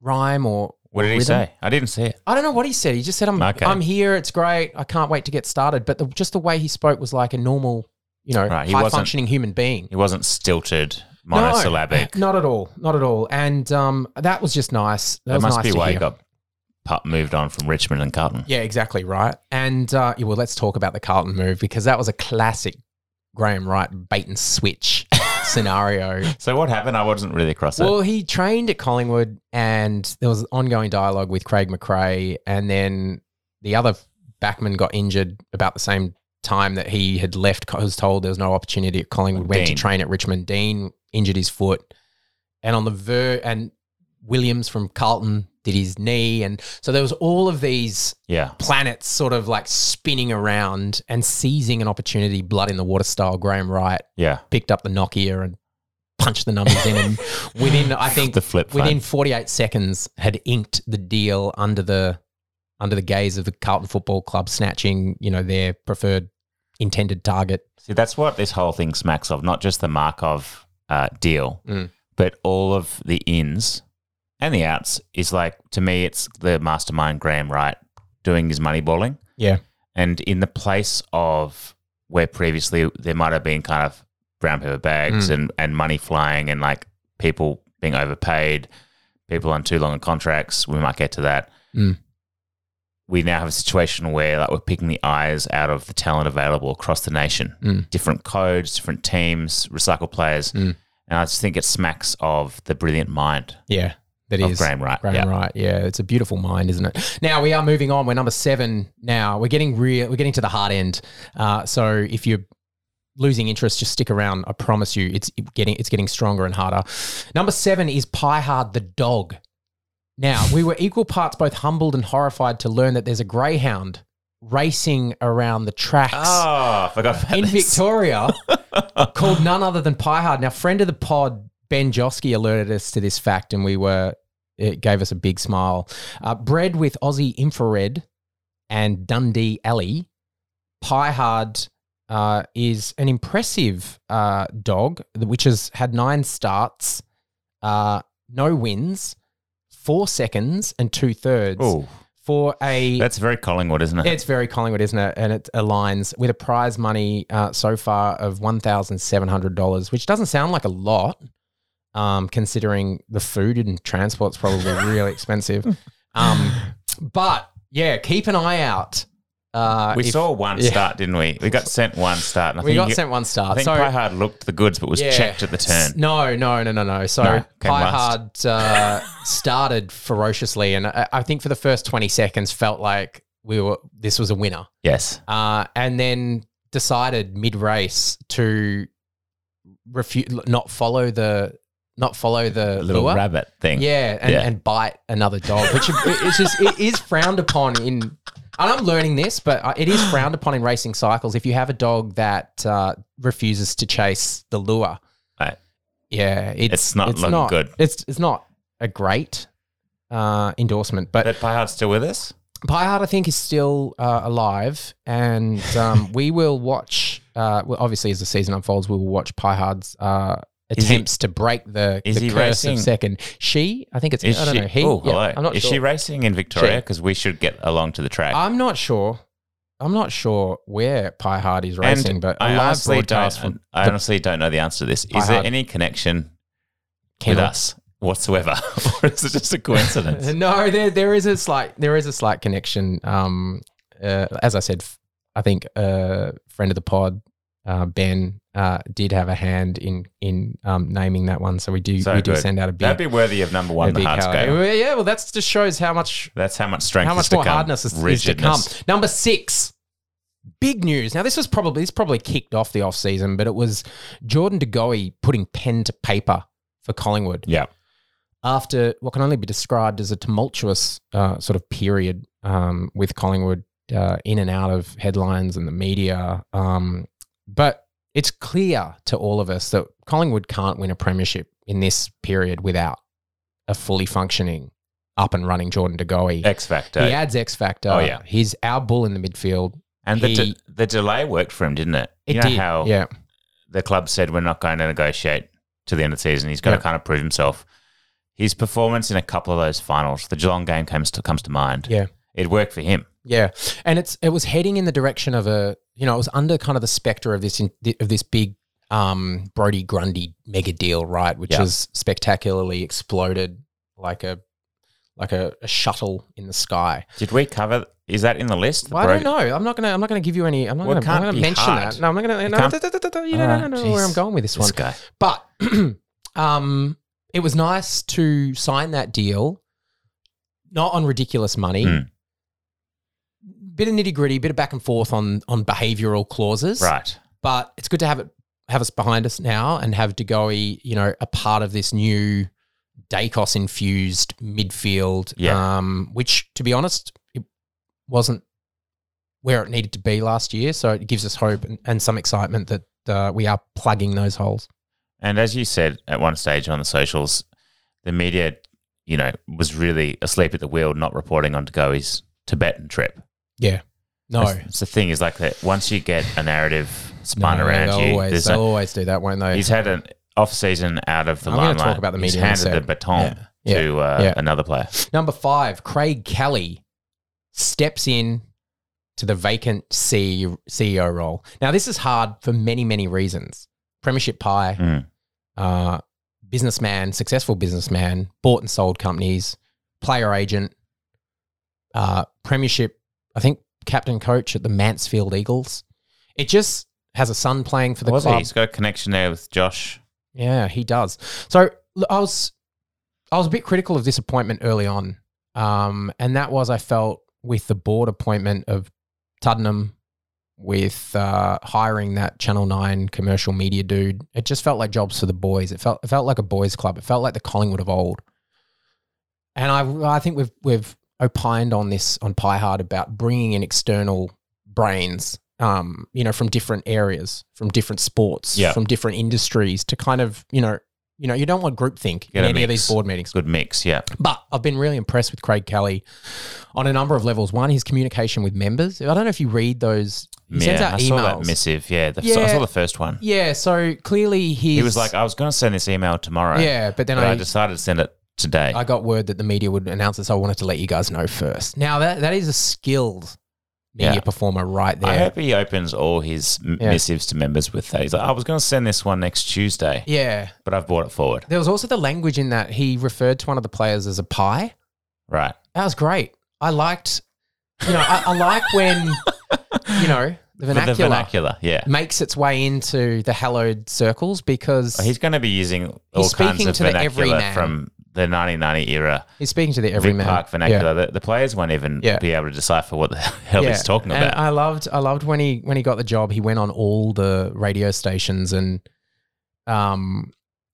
Speaker 13: rhyme or
Speaker 12: What did he
Speaker 13: rhythm.
Speaker 12: say? I didn't see it.
Speaker 13: I don't know what he said. He just said, "I'm
Speaker 12: Okay.
Speaker 13: I'm here. It's great. I can't wait to get started." But the, just the way he spoke was like a normal, you know,
Speaker 12: Right, he
Speaker 13: high
Speaker 12: wasn't-
Speaker 13: functioning human being.
Speaker 12: He wasn't stilted,
Speaker 13: No,
Speaker 12: monosyllabic.
Speaker 13: not at all. Not at all. And um, that was just nice. That,
Speaker 12: That
Speaker 13: was
Speaker 12: must
Speaker 13: nice
Speaker 12: be
Speaker 13: to
Speaker 12: why
Speaker 13: hear.
Speaker 12: he got pu- moved on from Richmond and Carlton.
Speaker 13: Yeah, exactly right. And uh, yeah, well, let's talk about the Carlton move because that was a classic Graham Wright bait and switch [LAUGHS] scenario.
Speaker 12: So what happened? I wasn't really across it.
Speaker 13: Well, he trained at Collingwood, and there was ongoing dialogue with Craig McRae, and then the other backman got injured about the same time that he had left. I was told there was no opportunity at Collingwood. Went
Speaker 12: Dean.
Speaker 13: to train at Richmond. Dean injured his foot, and on the ver and Williams from Carlton did his knee, and so there was all of these
Speaker 12: Yeah.
Speaker 13: planets sort of like spinning around and seizing an opportunity. Blood in the water style. Graham Wright
Speaker 12: Yeah.
Speaker 13: picked up the Nokia and punched the numbers in, and
Speaker 12: [LAUGHS]
Speaker 13: within I think
Speaker 12: The flip phone.
Speaker 13: within 48 seconds had inked the deal under the under the gaze of the Carlton Football Club, snatching you know their preferred intended target.
Speaker 12: See, that's what this whole thing smacks of, not just the Markov uh, deal,
Speaker 13: Mm.
Speaker 12: but all of the ins and the outs is like, to me, it's the mastermind Graham Wright doing his money balling.
Speaker 13: Yeah,
Speaker 12: And in the place of where previously there might have been kind of brown paper bags
Speaker 13: Mm.
Speaker 12: and, and money flying and like people being overpaid, people on too long of contracts, we might get to that.
Speaker 13: Mm.
Speaker 12: We now have a situation where like we're picking the eyes out of the talent available across the nation.
Speaker 13: Mm.
Speaker 12: Different codes, different teams, recycled players.
Speaker 13: Mm.
Speaker 12: And I just think it smacks of the brilliant mind
Speaker 13: yeah, that is
Speaker 12: of Graham Wright.
Speaker 13: Graham
Speaker 12: yeah.
Speaker 13: Wright. Yeah, it's a beautiful mind, isn't it? Now we are moving on. We're number seven now. We're getting real. We're getting to the hard end. Uh, so if you're losing interest, just stick around. I promise you, it's getting it's getting stronger and harder. Number seven is Piehard the dog. Now we were equal parts both humbled and horrified to learn that there's a greyhound racing around the tracks
Speaker 12: Oh, I forgot about
Speaker 13: in
Speaker 12: this.
Speaker 13: Victoria
Speaker 12: [LAUGHS]
Speaker 13: called none other than Piehard. Now, friend of the pod, Ben Josky, alerted us to this fact, and we were it gave us a big smile. Uh, bred with Aussie Infrared and Dundee Alley, Piehard uh, is an impressive uh, dog, which has had nine starts, uh, no wins, four seconds, and two thirds.
Speaker 12: Oh,
Speaker 13: For a
Speaker 12: that's very Collingwood, isn't it?
Speaker 13: it's very Collingwood, isn't it? And it aligns with a prize money uh, so far of $1,700, which doesn't sound like a lot, um, considering the food and transport's probably really
Speaker 12: [LAUGHS]
Speaker 13: expensive. Um, but yeah, keep an eye out. Uh,
Speaker 12: we
Speaker 13: if-
Speaker 12: saw one
Speaker 13: yeah.
Speaker 12: start, didn't we? We got sent one start. And I
Speaker 13: We
Speaker 12: think
Speaker 13: got
Speaker 12: you-
Speaker 13: sent one
Speaker 12: I
Speaker 13: start.
Speaker 12: think
Speaker 13: so,
Speaker 12: Piehard looked the goods, but was
Speaker 13: Yeah.
Speaker 12: checked at the turn.
Speaker 13: No, no, no, no, no. So
Speaker 12: No, came
Speaker 13: Piehard uh, started ferociously, and I, I think for the first twenty seconds felt like we were this was a winner.
Speaker 12: Yes.
Speaker 13: Uh, and then decided mid race to refuse not follow the not follow the,
Speaker 12: The little
Speaker 13: lure.
Speaker 12: rabbit thing.
Speaker 13: Yeah, and,
Speaker 12: Yeah.
Speaker 13: and bite another dog, which is just it is frowned upon in. And I'm learning this, but uh, it is frowned upon in racing cycles if you have a dog that uh, refuses to chase the lure.
Speaker 12: Right.
Speaker 13: Yeah, it's,
Speaker 12: It's not looking good.
Speaker 13: It's it's not a great uh, endorsement, but
Speaker 12: But Piehard's still with us.
Speaker 13: Piehard, I think, is still uh, alive, and
Speaker 12: [LAUGHS]
Speaker 13: um, we will watch. Uh, well, obviously, as the season unfolds, we will watch Piehard's uh,
Speaker 12: Is he-
Speaker 13: attempts to break the,
Speaker 12: Is
Speaker 13: the
Speaker 12: he
Speaker 13: curse
Speaker 12: racing?
Speaker 13: of second. She, I think it's. I don't
Speaker 12: she?
Speaker 13: know. He.
Speaker 12: oh,
Speaker 13: yeah,
Speaker 12: hello.
Speaker 13: I'm not
Speaker 12: is
Speaker 13: sure.
Speaker 12: she racing in Victoria?
Speaker 13: She.
Speaker 12: Because we should get along to the track.
Speaker 13: I'm not sure. I'm not sure where Piehard is racing, but a
Speaker 12: I
Speaker 13: live
Speaker 12: honestly
Speaker 13: broadcast
Speaker 12: don't.
Speaker 13: from
Speaker 12: I
Speaker 13: the-
Speaker 12: honestly don't know the answer to this. Is
Speaker 13: By
Speaker 12: there
Speaker 13: heart.
Speaker 12: any connection
Speaker 13: Kennel.
Speaker 12: with us whatsoever, [LAUGHS] or is it just a coincidence?
Speaker 13: [LAUGHS] no, there there is a slight there is a slight connection. Um, uh, as I said, f- I think a friend of the pod, uh, Ben, uh, did have a hand in in um, naming that one. So we do
Speaker 12: So
Speaker 13: we do
Speaker 12: good.
Speaker 13: send out a big
Speaker 12: That'd be worthy of number one.
Speaker 13: a
Speaker 12: The
Speaker 13: big
Speaker 12: hard
Speaker 13: how-
Speaker 12: scale.
Speaker 13: Well, Yeah, well, that just shows how much
Speaker 12: That's how much strength.
Speaker 13: how
Speaker 12: is
Speaker 13: much
Speaker 12: to
Speaker 13: more
Speaker 12: come.
Speaker 13: hardness is, is to come.
Speaker 12: Rigidness.
Speaker 13: Number six, big news. Now this was probably this probably kicked off the off season, but it was Jordan De Goey putting pen to paper for Collingwood
Speaker 12: Yeah.
Speaker 13: after what can only be described as a tumultuous uh, sort of period um, with Collingwood uh, in and out of headlines and the media. Um, but it's clear to all of us that Collingwood can't win a premiership in this period without a fully functioning, up and running Jordan De Goey.
Speaker 12: X factor.
Speaker 13: He adds X factor.
Speaker 12: Oh, yeah.
Speaker 13: He's our bull in the midfield.
Speaker 12: And the,
Speaker 13: He-
Speaker 12: de- the delay worked for him, didn't it?
Speaker 13: It
Speaker 12: you know
Speaker 13: did,
Speaker 12: how
Speaker 13: yeah.
Speaker 12: the club said we're not going to negotiate to the end of the season. He's got
Speaker 13: Yeah.
Speaker 12: to kind of prove himself. His performance in a couple of those finals, the Geelong game comes to, comes to mind.
Speaker 13: Yeah.
Speaker 12: It worked for him.
Speaker 13: Yeah, and it's it was heading in the direction of a you know it was under kind of the specter of this in, of this big um Brody Grundy mega deal, right? Which
Speaker 12: Yeah.
Speaker 13: was spectacularly exploded like a like a, a shuttle in the sky.
Speaker 12: Did we cover? Is that in the list? The
Speaker 13: Well, I don't
Speaker 12: Bro-
Speaker 13: know. I'm not gonna. I'm not gonna give you any. I'm not
Speaker 12: Well, it
Speaker 13: gonna.
Speaker 12: can't
Speaker 13: I'm gonna
Speaker 12: be
Speaker 13: mention
Speaker 12: hard.
Speaker 13: that. No, I'm not gonna.
Speaker 12: It
Speaker 13: No,
Speaker 12: can't-
Speaker 13: you
Speaker 12: All
Speaker 13: don't
Speaker 12: right,
Speaker 13: I don't know where
Speaker 12: jeez.
Speaker 13: I'm going with this one.
Speaker 12: This guy.
Speaker 13: But um, it was nice to sign that deal, not on ridiculous money.
Speaker 12: Hmm.
Speaker 13: Bit of nitty gritty, bit of back and forth on on behavioural clauses.
Speaker 12: Right.
Speaker 13: But it's good to have it have us behind us now and have De Goey, you know, a part of this new Dacos infused midfield.
Speaker 12: Yeah.
Speaker 13: Um, which to be honest, it wasn't where it needed to be last year. So it gives us hope and, and some excitement that uh, we are plugging those holes.
Speaker 12: And as you said at one stage on the socials, the media, you know, was really asleep at the wheel, not reporting on Goey's Tibetan trip.
Speaker 13: Yeah. No.
Speaker 12: It's, it's the thing is like that. Once you get a narrative spun
Speaker 13: No,
Speaker 12: around
Speaker 13: they'll
Speaker 12: you,
Speaker 13: Always,
Speaker 12: there's
Speaker 13: they'll
Speaker 12: no-
Speaker 13: always do that, won't they?
Speaker 12: he's had an off season out of the
Speaker 13: I'm gonna
Speaker 12: limelight.
Speaker 13: talk about the
Speaker 12: he's
Speaker 13: media in a
Speaker 12: handed the
Speaker 13: sec.
Speaker 12: baton
Speaker 13: Yeah.
Speaker 12: to
Speaker 13: Yeah.
Speaker 12: Uh,
Speaker 13: Yeah.
Speaker 12: another player.
Speaker 13: Number five, Craig Kelly steps in to the vacant E CEO, CEO role. Now, this is hard for many, many reasons. Premiership pie,
Speaker 12: Mm.
Speaker 13: uh, businessman, successful businessman, bought and sold companies, player agent, uh, premiership, I think captain coach at the Mansfield Eagles. It just has a son playing for the
Speaker 12: Was he?
Speaker 13: club.
Speaker 12: He's got a connection there with Josh.
Speaker 13: Yeah, he does. So l- I was, I was a bit critical of this appointment early on, um, and that was I felt with the board appointment of Tuddenham, with uh, hiring that Channel Nine commercial media dude. It just felt like jobs for the boys. It felt it felt like a boys' club. It felt like the Collingwood of old. And I I think we've we've opined on this on Pie Hard about bringing in external brains. Um, you know, from different areas, from different sports,
Speaker 12: Yeah.
Speaker 13: from different industries to kind of, you know, you know, you don't want groupthink in
Speaker 12: Get a
Speaker 13: any of
Speaker 12: mix.
Speaker 13: these board meetings.
Speaker 12: Good mix, yeah.
Speaker 13: But I've been really impressed with Craig Kelly on a number of levels. One, his communication with members. I don't know if you read those. He
Speaker 12: yeah,
Speaker 13: sends out
Speaker 12: I
Speaker 13: emails.
Speaker 12: saw that missive. Yeah, the, I
Speaker 13: Yeah.
Speaker 12: saw the first one.
Speaker 13: Yeah, so clearly he's,
Speaker 12: He was like, I was going to send this email tomorrow.
Speaker 13: Yeah, but then
Speaker 12: I,
Speaker 13: I-
Speaker 12: decided to send it today.
Speaker 13: I got word that the media would announce it, so I wanted to let you guys know first. Now that that is a skilled media
Speaker 12: Yeah.
Speaker 13: performer right there.
Speaker 12: I hope he opens all his m
Speaker 13: Yeah.
Speaker 12: missives to members with that. He's like, I was going to send this one next Tuesday,
Speaker 13: yeah.
Speaker 12: but I've brought it forward.
Speaker 13: There was also the language in that he referred to one of the players as a pie.
Speaker 12: Right.
Speaker 13: That was great. I liked, you know, I, I like
Speaker 12: [LAUGHS]
Speaker 13: when, you know,
Speaker 12: But
Speaker 13: the vernacular,
Speaker 12: The vernacular, yeah.
Speaker 13: makes its way into the hallowed circles because
Speaker 12: He's going to be using all
Speaker 13: He's
Speaker 12: kinds
Speaker 13: speaking
Speaker 12: of
Speaker 13: to the
Speaker 12: vernacular
Speaker 13: everyman.
Speaker 12: from the 1990 era.
Speaker 13: He's speaking to the
Speaker 12: Vic
Speaker 13: everyman.
Speaker 12: Park vernacular. The, the players won't even
Speaker 13: Yeah.
Speaker 12: be able to decipher what the [LAUGHS] hell
Speaker 13: Yeah,
Speaker 12: he's talking
Speaker 13: and
Speaker 12: about.
Speaker 13: I loved I loved when he when he got the job, he went on all the radio stations and um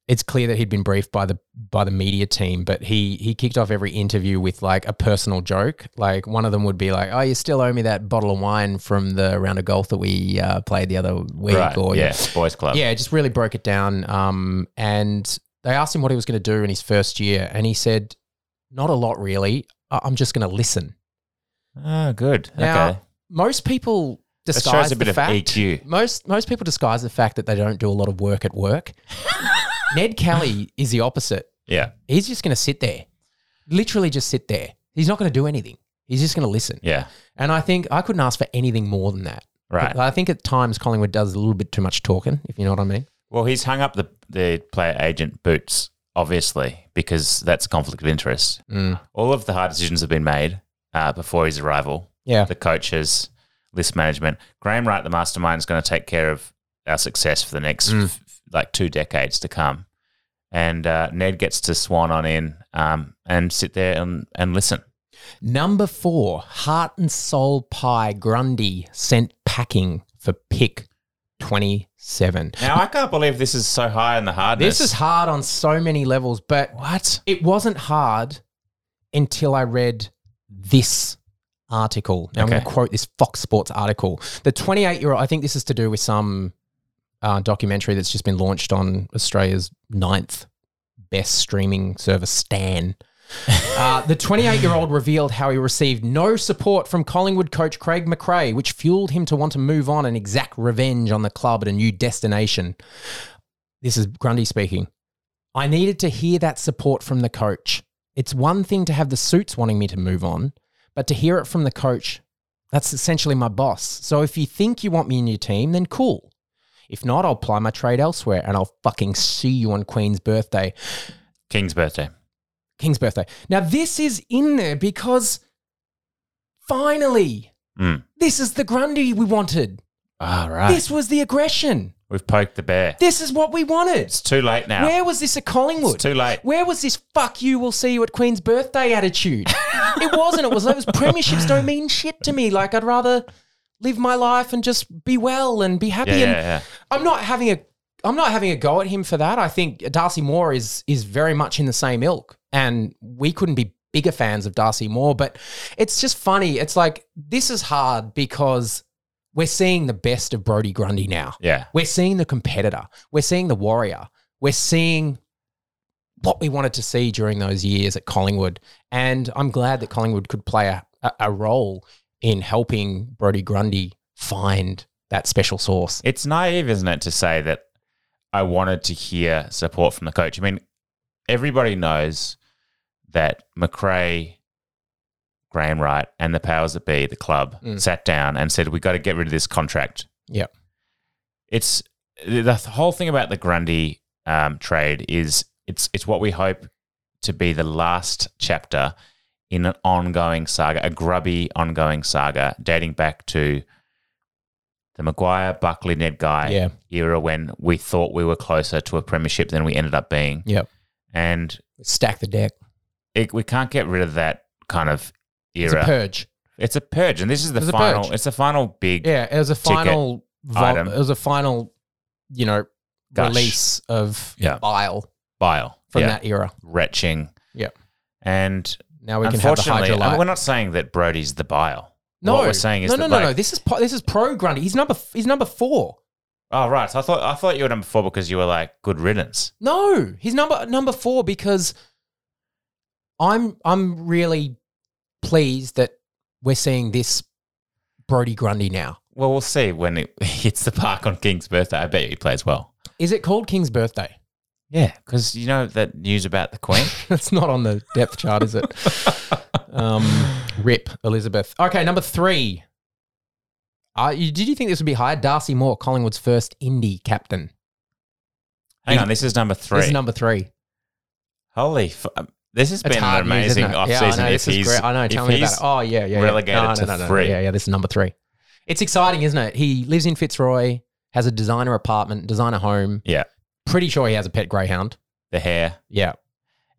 Speaker 13: it's clear that he'd been briefed by the by the media team, but he he kicked off every interview with like a personal joke. Like one of them would be like, "Oh, you still owe me that bottle of wine from the round of golf that we uh, played the other week."
Speaker 12: Right,
Speaker 13: Or
Speaker 12: yeah, boys club.
Speaker 13: Yeah, it just really broke it down. Um, and they asked him what he was going to do in his first year, and he said, "Not a lot, really. I- I'm just going to listen."
Speaker 12: Oh, good.
Speaker 13: Now,
Speaker 12: okay.
Speaker 13: most people
Speaker 12: That shows
Speaker 13: disguise
Speaker 12: a bit
Speaker 13: the
Speaker 12: of E
Speaker 13: fact.
Speaker 12: EQ.
Speaker 13: Most most people disguise the fact that they don't do a lot of work
Speaker 12: [LAUGHS]
Speaker 13: at work. Ned Kelly is the opposite.
Speaker 12: Yeah.
Speaker 13: He's just going to sit there, literally just sit there. He's not going to do anything. He's just going to listen.
Speaker 12: Yeah.
Speaker 13: And I think I couldn't ask for anything more than that.
Speaker 12: Right.
Speaker 13: I think at times Collingwood does a little bit too much talking, if you know what I mean.
Speaker 12: Well, he's hung up the, the player agent boots, obviously, because that's conflict of interest.
Speaker 13: Mm.
Speaker 12: All of the hard decisions have been made uh, before his arrival.
Speaker 13: Yeah.
Speaker 12: The coaches, list management. Graham Wright, the mastermind, is going to take care of our success for the next
Speaker 13: Mm.
Speaker 12: f- like two decades to come. And uh, Ned gets to swan on in um, and sit there and, and listen.
Speaker 13: Number four, heart and soul pie Grundy sent packing for pick twenty seven.
Speaker 12: Now, I can't believe this is so high in the hardness.
Speaker 13: This is hard on so many levels, but
Speaker 12: what?
Speaker 13: It wasn't hard until I read this article. Now I'm
Speaker 12: Okay.
Speaker 13: going to quote this Fox Sports article. The 28 year old, I think this is to do with some uh, documentary that's just been launched on Australia's ninth best streaming service, Stan. Uh, the 28 year old revealed how he received no support from Collingwood coach Craig McRae, which fueled him to want to move on and exact revenge on the club at a new destination. This is Grundy speaking. I needed to hear that support from the coach. It's one thing to have the suits wanting me to move on, but to hear it from the coach, that's essentially my boss. So if you think you want me in your team, then cool. If not, I'll ply my trade elsewhere and I'll fucking see you on Queen's birthday.
Speaker 12: King's birthday.
Speaker 13: King's birthday. Now, this is in there because finally,
Speaker 12: Mm.
Speaker 13: this is the Grundy we wanted.
Speaker 12: All right.
Speaker 13: This was the aggression.
Speaker 12: We've poked the bear.
Speaker 13: This is what we wanted.
Speaker 12: It's too late now.
Speaker 13: Where was this at Collingwood?
Speaker 12: It's too late.
Speaker 13: Where was this fuck you, we'll see you at Queen's
Speaker 12: [LAUGHS]
Speaker 13: birthday attitude? it wasn't. It was like, it was premierships don't mean shit to me. Like, I'd rather live my life and just be well and be happy.
Speaker 12: Yeah,
Speaker 13: and
Speaker 12: yeah, yeah.
Speaker 13: I'm not having a. I'm not having a go at him for that. I think Darcy Moore is is very much in the same ilk, and we couldn't be bigger fans of Darcy Moore. But it's just funny. It's like this is hard because we're seeing the best of Brody Grundy now.
Speaker 12: Yeah.
Speaker 13: We're seeing the competitor. We're seeing the warrior. We're seeing what we wanted to see during those years at Collingwood. And I'm glad that Collingwood could play a, a, a role in helping Brody Grundy find that special source.
Speaker 12: It's naive, isn't it, to say that I wanted to hear support from the coach. I mean, everybody knows that McRae, Graham Wright, and the powers that be, the club,
Speaker 13: Mm.
Speaker 12: sat down and said, "We got to get rid of this contract."
Speaker 13: Yeah.
Speaker 12: It's the the whole thing about the Grundy um, trade is it's it's what we hope to be the last chapter in an ongoing saga, a grubby ongoing saga dating back to the Maguire, Buckley, Ned Guy
Speaker 13: Yeah.
Speaker 12: era when we thought we were closer to a premiership than we ended up being.
Speaker 13: Yep.
Speaker 12: And
Speaker 13: Stack the deck.
Speaker 12: it, we can't get rid of that kind of era.
Speaker 13: It's a purge.
Speaker 12: It's a purge, and this is the
Speaker 13: It was a
Speaker 12: final.
Speaker 13: purge.
Speaker 12: It's the final big.
Speaker 13: Yeah, it was a
Speaker 12: ticket
Speaker 13: final vo-
Speaker 12: item.
Speaker 13: it was a final, you know,
Speaker 12: Gush.
Speaker 13: release of
Speaker 12: Yeah.
Speaker 13: bile
Speaker 12: bile
Speaker 13: from
Speaker 12: Yeah.
Speaker 13: that era.
Speaker 12: retching.
Speaker 13: Yeah.
Speaker 12: And
Speaker 13: Now we can have the
Speaker 12: unfortunately, I mean,
Speaker 13: hydrolite.
Speaker 12: we're not saying that Brody's the bile.
Speaker 13: No,
Speaker 12: what we're saying is
Speaker 13: no,
Speaker 12: that
Speaker 13: no, no,
Speaker 12: like,
Speaker 13: no. This is po- this is pro Grundy. He's number f- he's number four.
Speaker 12: Oh right, so I thought I thought you were number four because you were like good riddance.
Speaker 13: No, he's number number four because I'm I'm really pleased that we're seeing this Brody Grundy now.
Speaker 12: Well, we'll see when it [LAUGHS] hits the park on King's birthday. I bet you he plays well.
Speaker 13: Is it called King's birthday? [LAUGHS]
Speaker 12: Yeah, because you know that news about the Queen.
Speaker 13: That's not on the depth
Speaker 12: [LAUGHS]
Speaker 13: chart, is it? um, rip Elizabeth. Okay, number three. Uh, you, did you think this would be high? Darcy Moore, Collingwood's first indie captain.
Speaker 12: Hang on, this is number three.
Speaker 13: This is number three.
Speaker 12: Holy, f- um, this has
Speaker 13: It's
Speaker 12: been an
Speaker 13: hard news, isn't
Speaker 12: amazing
Speaker 13: it?
Speaker 12: off
Speaker 13: Yeah, I
Speaker 12: season.
Speaker 13: know,
Speaker 12: if
Speaker 13: this is
Speaker 12: he's,
Speaker 13: great. I know.
Speaker 12: if
Speaker 13: Tell me about
Speaker 12: he's
Speaker 13: it. Oh yeah, yeah, yeah.
Speaker 12: relegated
Speaker 13: No,
Speaker 12: to
Speaker 13: no, no, no,
Speaker 12: three.
Speaker 13: Yeah, yeah. This is number three. It's exciting, isn't it? He lives in Fitzroy, has a designer apartment, designer home.
Speaker 12: Yeah.
Speaker 13: Pretty sure he has a pet greyhound.
Speaker 12: the hair.
Speaker 13: Yeah.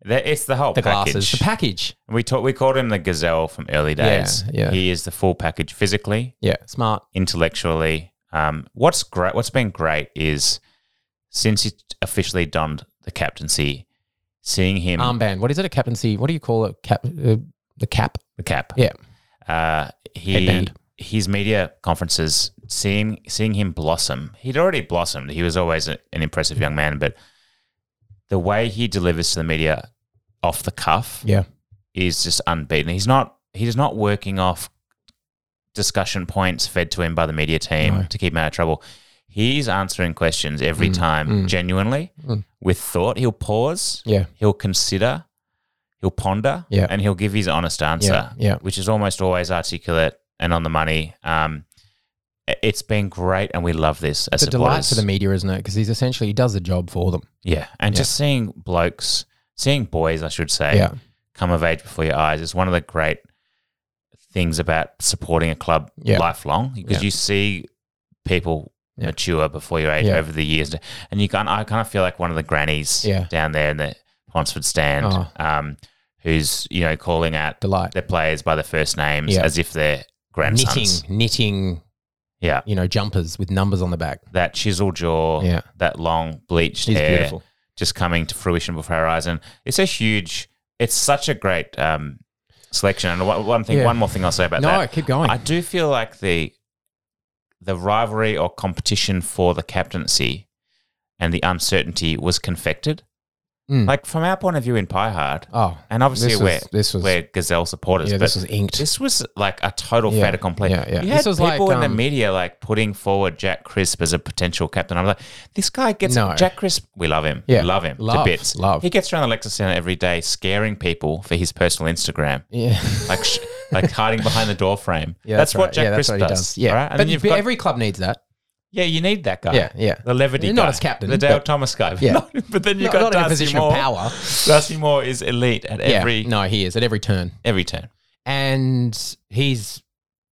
Speaker 12: The- It's the whole
Speaker 13: The
Speaker 12: package.
Speaker 13: glasses, the package.
Speaker 12: We talk, we called him the gazelle from early
Speaker 13: Yeah,
Speaker 12: days.
Speaker 13: yeah.
Speaker 12: He is the full package physically,
Speaker 13: Yeah, smart.
Speaker 12: intellectually. Um, what's great? What's been great is since he officially donned the captaincy, seeing him
Speaker 13: Armband. What is it? A captaincy? What do you call it? Cap. Uh, the cap.
Speaker 12: the cap.
Speaker 13: Yeah.
Speaker 12: Uh, he
Speaker 13: Headband.
Speaker 12: his media conferences, seeing seeing him blossom. He'd already blossomed. He was always a- an impressive young man, but the way he delivers to the media off the cuff,
Speaker 13: Yeah.
Speaker 12: is just unbeaten. He's not he's not working off discussion points fed to him by the media team
Speaker 13: No.
Speaker 12: to keep him out of trouble. He's answering questions every
Speaker 13: Mm,
Speaker 12: time
Speaker 13: mm.
Speaker 12: genuinely
Speaker 13: Mm.
Speaker 12: with thought. He'll pause.
Speaker 13: Yeah.
Speaker 12: He'll consider. He'll ponder.
Speaker 13: Yeah.
Speaker 12: And he'll give his honest answer.
Speaker 13: yeah.
Speaker 12: Which is almost always articulate and on the money. Um, i- it's been great, and we love this as
Speaker 13: It's a delight
Speaker 12: supporters.
Speaker 13: to the media, isn't it? Because he's essentially he does the job for them.
Speaker 12: Yeah, and
Speaker 13: Yeah.
Speaker 12: just seeing blokes, seeing boys, I should say,
Speaker 13: Yeah.
Speaker 12: come of age before your eyes is one of the great things about supporting a club
Speaker 13: Yeah.
Speaker 12: lifelong because
Speaker 13: Yeah.
Speaker 12: you see people mature before your age
Speaker 13: Yeah.
Speaker 12: over the years, and you can I kind of feel like one of the grannies
Speaker 13: Yeah.
Speaker 12: down there in the Ponsford stand,
Speaker 13: Oh.
Speaker 12: um, who's you know calling out
Speaker 13: Delight.
Speaker 12: their players by their first names
Speaker 13: Yeah.
Speaker 12: as if they're
Speaker 13: Knitting,
Speaker 12: grandsons.
Speaker 13: knitting,
Speaker 12: Yeah,
Speaker 13: you know, jumpers with numbers on the back.
Speaker 12: that chisel jaw,
Speaker 13: Yeah.
Speaker 12: that long bleached
Speaker 13: He's
Speaker 12: hair,
Speaker 13: beautiful.
Speaker 12: just coming to fruition before our eyes. And it's a huge, it's such a great um, selection. And one, one thing,
Speaker 13: Yeah.
Speaker 12: one more thing I'll say about
Speaker 13: no,
Speaker 12: that.
Speaker 13: keep going.
Speaker 12: I do feel like the the rivalry or competition for the captaincy and the uncertainty was confected.
Speaker 13: Mm.
Speaker 12: Like from our point of view in Pie Hard,
Speaker 13: oh,
Speaker 12: and obviously
Speaker 13: this
Speaker 12: we're
Speaker 13: was, this was
Speaker 12: we're Gazelle supporters.
Speaker 13: yeah,
Speaker 12: but
Speaker 13: this was inked.
Speaker 12: this was like a total
Speaker 13: Yeah,
Speaker 12: fait accompli.
Speaker 13: yeah, yeah.
Speaker 12: You
Speaker 13: This
Speaker 12: had
Speaker 13: was
Speaker 12: people
Speaker 13: like,
Speaker 12: in the
Speaker 13: um,
Speaker 12: media like putting forward Jack Crisp as a potential captain. I'm like, this guy gets
Speaker 13: No.
Speaker 12: Jack Crisp. We love him.
Speaker 13: Yeah.
Speaker 12: love him
Speaker 13: Love,
Speaker 12: to bits.
Speaker 13: love.
Speaker 12: He gets around the Lexus Center every day, scaring people for his personal Instagram,
Speaker 13: yeah.
Speaker 12: like sh- like hiding behind the door frame.
Speaker 13: [LAUGHS] Yeah,
Speaker 12: that's, what
Speaker 13: right.
Speaker 12: Jack
Speaker 13: yeah, that's
Speaker 12: Crisp
Speaker 13: what he
Speaker 12: does.
Speaker 13: does. Yeah,
Speaker 12: all right? And
Speaker 13: but,
Speaker 12: then you've
Speaker 13: but
Speaker 12: got
Speaker 13: every club needs that.
Speaker 12: yeah, you need that guy.
Speaker 13: Yeah, yeah.
Speaker 12: The levity,
Speaker 13: Not
Speaker 12: guy.
Speaker 13: as captain,
Speaker 12: the Dale
Speaker 13: but-
Speaker 12: Thomas guy. [LAUGHS]
Speaker 13: Yeah.
Speaker 12: Not- but then you've got
Speaker 13: Not- not in a
Speaker 12: Darcy
Speaker 13: position of
Speaker 12: Moore.
Speaker 13: power.
Speaker 12: Darcy Moore is elite at every
Speaker 13: yeah, no, he is at every turn,
Speaker 12: every turn.
Speaker 13: and he's.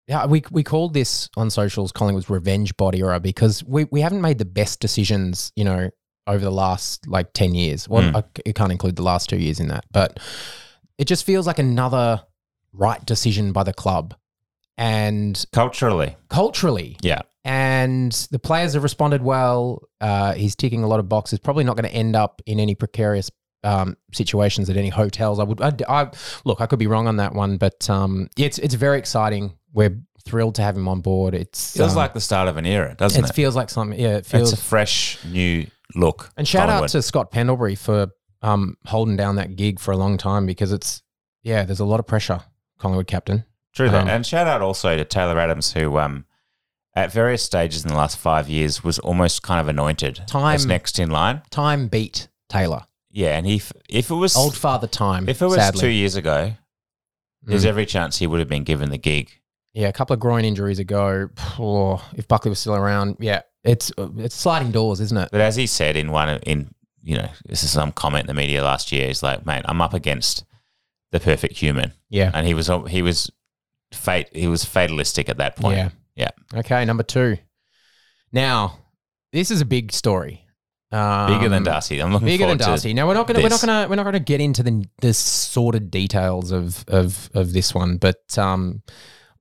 Speaker 13: Yeah, we, we called this on socials Collingwood's revenge body era because we, we haven't made the best decisions, you know, over the last like 10 years. Well,
Speaker 12: Mm.
Speaker 13: I, c- I can't include the last two years in that, but it just feels like another right decision by the club. And
Speaker 12: Culturally,
Speaker 13: culturally,
Speaker 12: yeah,
Speaker 13: and the players have responded well. Uh, he's ticking a lot of boxes. Probably not going to end up in any precarious um, situations at any hotels. I would. I, I- look. I could be wrong on that one, but um, yeah, it's it's very exciting. We're thrilled to have him on board. It's
Speaker 12: feels
Speaker 13: um,
Speaker 12: like the start of an era, doesn't
Speaker 13: it
Speaker 12: it?
Speaker 13: feels like something. Yeah, it feels.
Speaker 12: it's a fresh new look.
Speaker 13: and shout out
Speaker 12: Collingwood.
Speaker 13: to Scott Pendlebury for um, holding down that gig for a long time because it's yeah. There's a lot of pressure. Collingwood captain.
Speaker 12: True
Speaker 13: Um,
Speaker 12: that. And shout out also to Taylor Adams, who um, at various stages in the last five years was almost kind of anointed
Speaker 13: Time-
Speaker 12: as next in line.
Speaker 13: Time beat Taylor.
Speaker 12: Yeah, and he f- if it was
Speaker 13: Old father time.
Speaker 12: if it was
Speaker 13: sadly.
Speaker 12: two years ago, there's
Speaker 13: Mm.
Speaker 12: every chance he would have been given the gig.
Speaker 13: Yeah, a couple of groin injuries ago. Oh, if Buckley was still around, yeah, it's it's sliding doors, isn't it?
Speaker 12: But as he said in one of- in you know this is some comment in the media last year, he's like, "Mate, I'm up against the perfect human,"
Speaker 13: Yeah.
Speaker 12: and he was uh, he was fate he was fatalistic at that point.
Speaker 13: Yeah.
Speaker 12: yeah,
Speaker 13: Okay, number two. Now, this is a big story. Um,
Speaker 12: bigger than Darcy. I'm looking
Speaker 13: Bigger than
Speaker 12: forward to
Speaker 13: Darcy. Now we're not gonna we're not
Speaker 12: this.
Speaker 13: gonna we're not gonna get into the the sordid details of of of this one, but um,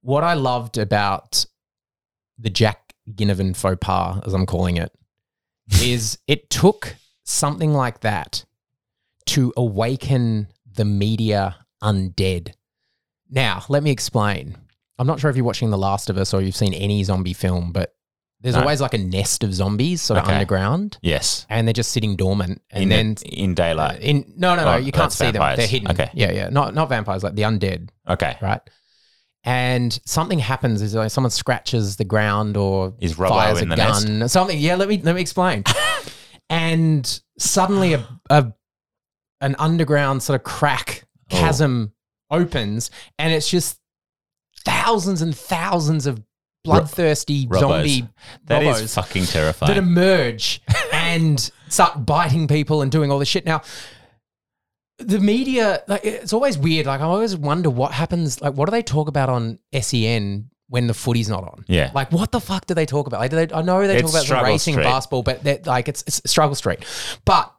Speaker 13: what I loved about the Jack Ginnivan faux pas, as I'm
Speaker 12: [LAUGHS]
Speaker 13: calling it, is it took something like that to awaken the media undead. Now, let me explain. I'm not sure if you're watching The Last of Us or you've seen any zombie film, but there's
Speaker 12: No.
Speaker 13: always like a nest of zombies sort of
Speaker 12: Okay.
Speaker 13: underground
Speaker 12: Yes,
Speaker 13: and they're just sitting dormant. And
Speaker 12: in
Speaker 13: then
Speaker 12: in daylight.
Speaker 13: in no, no, no,
Speaker 12: Oh,
Speaker 13: you can't
Speaker 12: that's
Speaker 13: see
Speaker 12: vampires.
Speaker 13: them. They're hidden.
Speaker 12: Okay.
Speaker 13: Yeah, yeah. Not not vampires, like the undead,
Speaker 12: Okay.
Speaker 13: right? And something happens is like someone scratches the ground or
Speaker 12: Is Robbo
Speaker 13: fires
Speaker 12: in
Speaker 13: a
Speaker 12: the nest?
Speaker 13: gun or something. Yeah, let me let
Speaker 12: [LAUGHS]
Speaker 13: me explain. and suddenly a, a an underground sort of crack
Speaker 12: Oh.
Speaker 13: chasm opens and it's just thousands and thousands of bloodthirsty
Speaker 12: Robbos.
Speaker 13: zombie
Speaker 12: That is
Speaker 13: robbos
Speaker 12: fucking terrifying.
Speaker 13: that emerge and start biting people and doing all this shit. Now, the media, Uh, like, it's always weird. Like, I always wonder what happens. Like, what do they talk about on SEN when the footy's not on?
Speaker 12: Yeah.
Speaker 13: Like, what the fuck do they talk about? Like, do they, I know they
Speaker 12: It's
Speaker 13: talk about some
Speaker 12: struggle
Speaker 13: racing
Speaker 12: street.
Speaker 13: basketball, but they're- like, it's, it's struggle street. But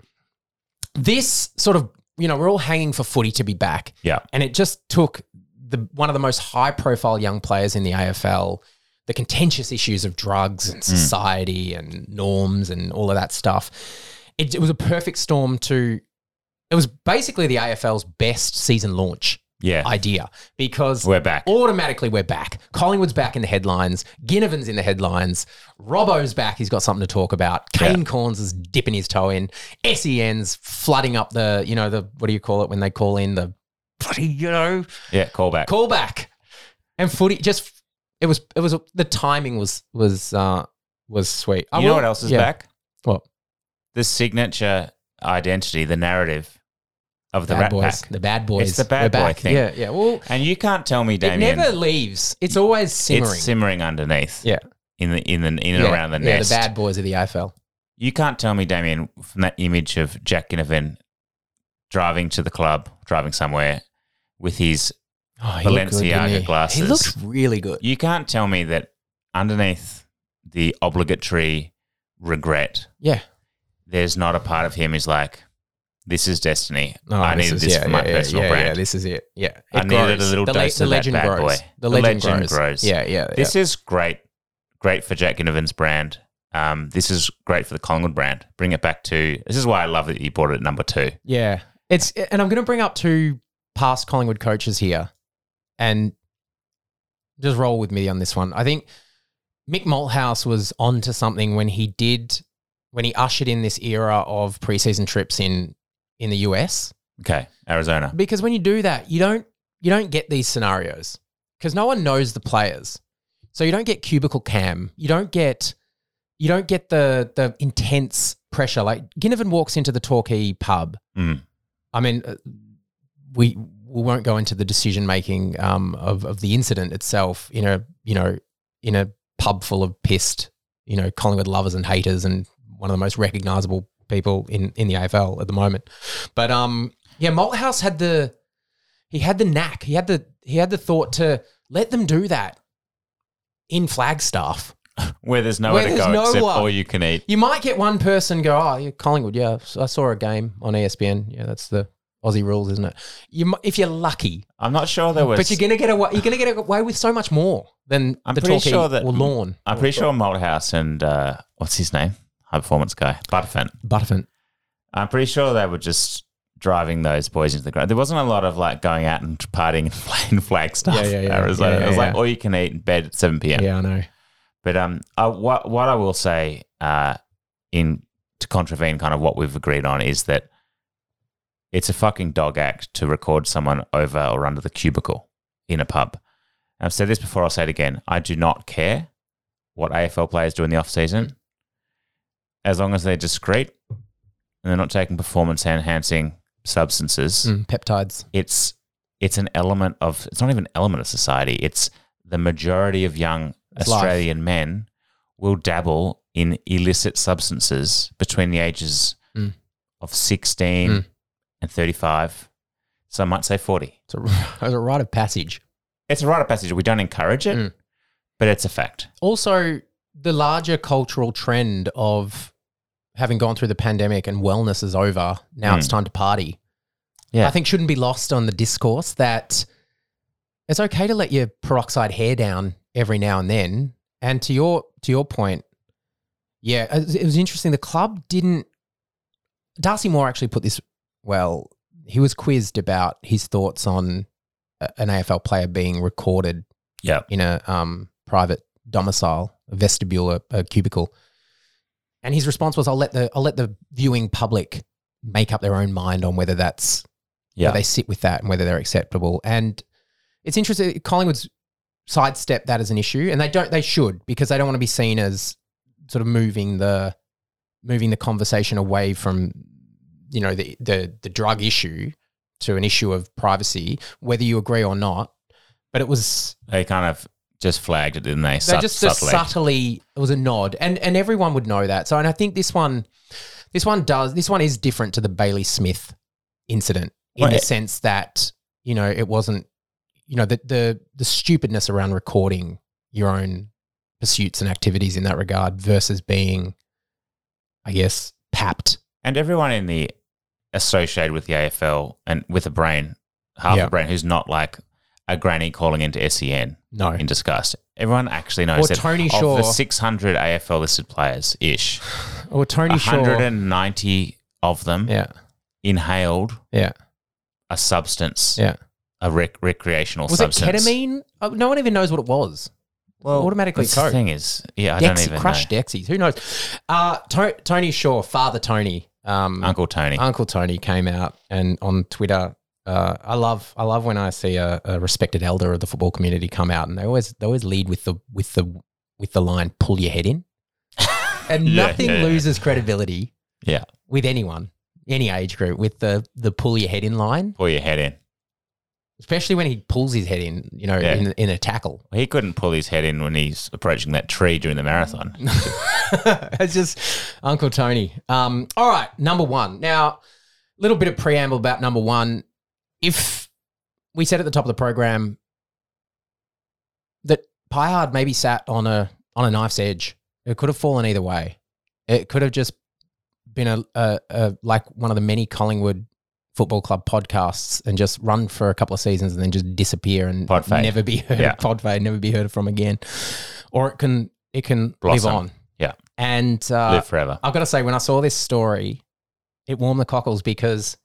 Speaker 13: this sort of you know, we're all hanging for footy to be back.
Speaker 12: Yeah.
Speaker 13: And it just took the one of the most high profile young players in the AFL, the contentious issues of drugs and society and norms and all of that stuff. It, it was a perfect storm to it was basically the AFL's best season launch
Speaker 12: Yeah.
Speaker 13: idea because
Speaker 12: We're back.
Speaker 13: Oh. Automatically, we're back. Collingwood's back in the headlines. Ginnivan's in the headlines. Robbo's back. He's got something to talk about. Kane Corns is dipping his toe in. SEN's flooding up the, you know, the, what do you call it when they call in the bloody, you know,
Speaker 12: Yeah, call back.
Speaker 13: call back. And footy just, it was, it was, the timing was, was, uh, was sweet. I
Speaker 12: you know
Speaker 13: will-
Speaker 12: what else is
Speaker 13: yeah.
Speaker 12: back?
Speaker 13: What?
Speaker 12: The signature identity, the narrative of the
Speaker 13: Bad
Speaker 12: Rat
Speaker 13: boys.
Speaker 12: Pack.
Speaker 13: The bad boys.
Speaker 12: It's the
Speaker 13: We're
Speaker 12: bad boy
Speaker 13: back.
Speaker 12: thing.
Speaker 13: Yeah, yeah. Well,
Speaker 12: and you can't tell me, Damien.
Speaker 13: It never leaves. It's always simmering.
Speaker 12: It's simmering underneath.
Speaker 13: Yeah.
Speaker 12: In the in the in and
Speaker 13: Yeah,
Speaker 12: around the
Speaker 13: yeah,
Speaker 12: nest.
Speaker 13: the bad boys of the AFL.
Speaker 12: You can't tell me, Damien, from that image of Jack Ginnivan driving to the club, driving somewhere with his
Speaker 13: Oh, he looked good, didn't
Speaker 12: Balenciaga
Speaker 13: he?
Speaker 12: glasses.
Speaker 13: He looked really good.
Speaker 12: You can't tell me that underneath the obligatory regret,
Speaker 13: Yeah.
Speaker 12: there's not a part of him who's like, this is destiny.
Speaker 13: No,
Speaker 12: I
Speaker 13: Oh, this
Speaker 12: needed
Speaker 13: is-
Speaker 12: this
Speaker 13: yeah,
Speaker 12: for my
Speaker 13: yeah, yeah,
Speaker 12: personal
Speaker 13: yeah,
Speaker 12: brand.
Speaker 13: yeah, this is it. Yeah. It
Speaker 12: I needed
Speaker 13: grows.
Speaker 12: a little
Speaker 13: The le-
Speaker 12: dose
Speaker 13: the
Speaker 12: of
Speaker 13: legend
Speaker 12: that bad
Speaker 13: grows.
Speaker 12: boy.
Speaker 13: The legend grows. Yeah, yeah,
Speaker 12: This is great. Great for Jack Ginnivan's brand. Um, this is great for the Collingwood brand. Bring it back to. This is why I love that you bought it at number two.
Speaker 13: Yeah. It's and I'm going to bring up two past Collingwood coaches here and just roll with me on this one. I think Mick Malthouse was onto something when he did when he ushered in this era of preseason trips in in the US.
Speaker 12: Okay, Arizona.
Speaker 13: Because when you do that, you don't you don't get these scenarios because no one knows the players. So you don't get cubicle cam. You don't get you don't get the the intense pressure. Like Ginnivan walks into the Torquay pub.
Speaker 12: Mm.
Speaker 13: I mean, uh, we we won't go into the decision making um, of of the incident itself. In a you know in a pub full of pissed you know Collingwood lovers and haters, and one of the most recognisable people in in the AFL at the moment. But um, yeah, Malthouse had the he had the knack. He had the he had the thought to let them do that in Flagstaff.
Speaker 12: Where there's nowhere
Speaker 13: Where
Speaker 12: to
Speaker 13: there's
Speaker 12: go
Speaker 13: no
Speaker 12: except
Speaker 13: one.
Speaker 12: all you can eat.
Speaker 13: You might get one person go, oh, yeah, Collingwood, yeah, I saw a game on E ESPN. Yeah, that's the Aussie rules, isn't it? You, mi- if you're lucky,
Speaker 12: I'm not sure there was.
Speaker 13: but you're gonna get away. You're gonna get away with so much more than
Speaker 12: I'm
Speaker 13: the
Speaker 12: pretty
Speaker 13: talkie
Speaker 12: sure that
Speaker 13: or lawn.
Speaker 12: I'm pretty sure Malthouse and uh, what's his name, high performance guy, Butterfant.
Speaker 13: Butterfant.
Speaker 12: I'm pretty sure they were just driving those boys into the ground. There wasn't a lot of like going out and partying and [LAUGHS] playing flag stuff.
Speaker 13: Yeah, yeah, yeah.
Speaker 12: Arizona.
Speaker 13: Yeah, yeah,
Speaker 12: it was like
Speaker 13: yeah.
Speaker 12: all you can eat in bed at 7 p.m.
Speaker 13: Yeah, I know.
Speaker 12: But um, I, what what I will say, uh, in to contravene kind of what we've agreed on is that it's a fucking dog act to record someone over or under the cubicle in a pub. I've said this before. I'll say it again. I do not care what AFL players do in the off season, as long as they're discreet and they're not taking performance enhancing substances
Speaker 13: Mm, peptides.
Speaker 12: it's it's an element of it's not even an element of society. It's the majority of young
Speaker 13: It's life.
Speaker 12: Australian men will dabble in illicit substances between the ages
Speaker 13: Mm.
Speaker 12: of sixteen
Speaker 13: Mm.
Speaker 12: and thirty-five. Some might say forty.
Speaker 13: It's a, [LAUGHS] it's a rite of passage.
Speaker 12: It's a rite of passage. We don't encourage
Speaker 13: Mm.
Speaker 12: it, but it's a fact.
Speaker 13: Also, the larger cultural trend of having gone through the pandemic and wellness is over. Now it's
Speaker 12: Mm.
Speaker 13: time to party.
Speaker 12: Yeah.
Speaker 13: I think shouldn't be lost on the discourse that it's okay to let your peroxide hair down every now and then. And to your to your point, yeah, it was- it was interesting. The club didn't. Darcy Moore actually put this well. He was quizzed about his thoughts on a- an AFL player being recorded
Speaker 12: Yeah.
Speaker 13: in a um, private domicile, a vestibule, a, a cubicle. And his response was, "I'll let the I'll let the viewing public make up their own mind on whether that's
Speaker 12: Yeah.
Speaker 13: where they sit with that and whether they're acceptable." And it's interesting. Collingwood's sidestep that as an issue, and they don't. They should because they don't want to be seen as sort of moving the moving the conversation away from you know the the, the drug issue to an issue of privacy, whether you agree or not. But it was
Speaker 12: They kind of just flagged it, didn't they?
Speaker 13: they
Speaker 12: Sub-
Speaker 13: just, just
Speaker 12: subtly.
Speaker 13: subtly it was a nod, and and everyone would know that. So, and I think this one, this one does this one is different to the Bailey Smith incident in
Speaker 12: Well,
Speaker 13: the
Speaker 12: it-
Speaker 13: sense that you know it wasn't you know the the the stupidness around recording your own pursuits and activities in that regard versus being, I guess, papped.
Speaker 12: And everyone in the associated with the AFL and with a brain, half
Speaker 13: Yeah.
Speaker 12: a brain, who's not like a granny calling into SEN
Speaker 13: No.
Speaker 12: in disgust. Everyone actually knows
Speaker 13: Or
Speaker 12: that
Speaker 13: Tony
Speaker 12: of
Speaker 13: Shaw.
Speaker 12: the 600 AFL listed players ish,
Speaker 13: Or Tony Shaw.
Speaker 12: 190 of them
Speaker 13: Yeah.
Speaker 12: inhaled
Speaker 13: Yeah.
Speaker 12: a substance,
Speaker 13: Yeah.
Speaker 12: a rec- recreational
Speaker 13: Was
Speaker 12: substance.
Speaker 13: it ketamine? Oh, no one even knows what it was. Well, automatically
Speaker 12: That's the
Speaker 13: coke.
Speaker 12: thing is, yeah, I
Speaker 13: Dexy,
Speaker 12: don't even
Speaker 13: crushed
Speaker 12: know.
Speaker 13: Dexy. Who knows? Uh, to- Tony Shaw, Father Tony, um,
Speaker 12: Uncle Tony.
Speaker 13: Uncle Tony came out and on Twitter. Uh, I love I love when I see a, a respected elder of the football community come out and they always they always lead with the with the with the line pull your
Speaker 12: [LAUGHS]
Speaker 13: head in, and
Speaker 12: Yeah,
Speaker 13: nothing
Speaker 12: yeah, yeah.
Speaker 13: loses credibility
Speaker 12: Yeah,
Speaker 13: with anyone any age group with the the pull your head in line,
Speaker 12: pull your head in.
Speaker 13: especially when he pulls his head in, you know,
Speaker 12: Yeah.
Speaker 13: in in a tackle.
Speaker 12: He couldn't pull his head in when he's approaching that tree during the marathon.
Speaker 13: [LAUGHS] it's just Uncle Tony. Um, all right, number one. Now, little bit of preamble about number one. If we said at the top of the program that Piard maybe sat on a on a knife's edge, it could have fallen either way. It could have just been a, a, a like one of the many Collingwood Football Club podcasts and just run for a couple of seasons and then just disappear and
Speaker 12: Pod fade.
Speaker 13: never be heard
Speaker 12: Yeah.
Speaker 13: of podfade, never be heard from again. Or it can it can
Speaker 12: Blossom.
Speaker 13: live on.
Speaker 12: Yeah.
Speaker 13: And uh,
Speaker 12: Live forever.
Speaker 13: I've got to say, when I saw this story, it warmed the cockles because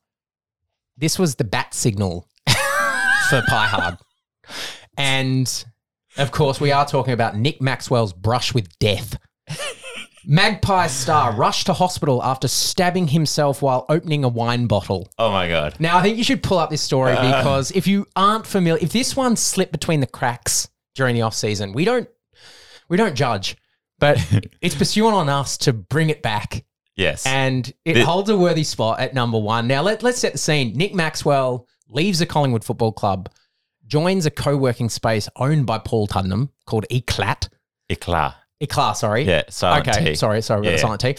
Speaker 13: this was the bat signal
Speaker 12: [LAUGHS]
Speaker 13: for Piehard. And of course, we are talking about Nick Maxwell's brush with death. Magpie star rushed to hospital after stabbing himself while opening a wine bottle.
Speaker 12: Oh my god.
Speaker 13: Now, I think you should pull up this story
Speaker 12: Uh.
Speaker 13: because if you aren't familiar, if this one slipped between the cracks during the off season, we don't we don't judge, but
Speaker 12: [LAUGHS]
Speaker 13: it's pursuing on us to bring it back.
Speaker 12: Yes.
Speaker 13: And it
Speaker 12: Thi-
Speaker 13: holds a worthy spot at number one. Now, let, let's set the scene. Nick Maxwell leaves the Collingwood Football Club, joins a co working space owned by Paul Tuddenham called E Eclat.
Speaker 12: Eclat.
Speaker 13: Eclat, sorry.
Speaker 12: Yeah, silent
Speaker 13: okay,
Speaker 12: T.
Speaker 13: sorry, sorry, we got
Speaker 12: Yeah.
Speaker 13: silent T.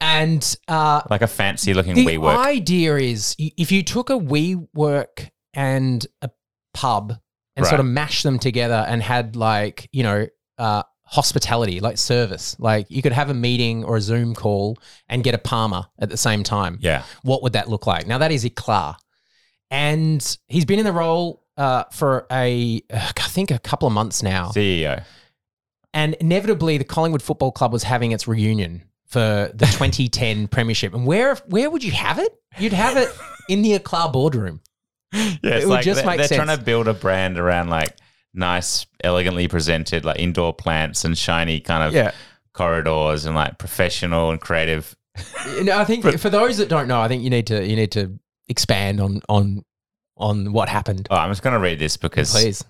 Speaker 13: And uh,
Speaker 12: Like a fancy looking
Speaker 13: the
Speaker 12: WeWork.
Speaker 13: idea is y- if you took a WeWork and a pub and
Speaker 12: Right.
Speaker 13: sort of mashed them together and had like you know uh, hospitality, like service, like you could have a meeting or a Zoom call and get a Palmer at the same time.
Speaker 12: Yeah.
Speaker 13: what would that look like? Now that is Eclat, and he's been in the role uh, for a uh, I think a couple of months now.
Speaker 12: CEO.
Speaker 13: And inevitably, the Collingwood Football Club was having its reunion for
Speaker 12: [LAUGHS]
Speaker 13: the 2010 Premiership. And where where would you have it? You'd have it
Speaker 12: [LAUGHS]
Speaker 13: in the Eclat boardroom.
Speaker 12: Yeah,
Speaker 13: it
Speaker 12: it's
Speaker 13: would
Speaker 12: like
Speaker 13: just
Speaker 12: they're,
Speaker 13: make
Speaker 12: they're
Speaker 13: sense.
Speaker 12: trying to build a brand around like nice, elegantly presented, like indoor plants and shiny kind of
Speaker 13: Yeah.
Speaker 12: corridors and like professional and creative.
Speaker 13: And I think for those that don't know, I think you need to you need to expand on on on what happened.
Speaker 12: Oh, I'm just going to read this because
Speaker 13: Please.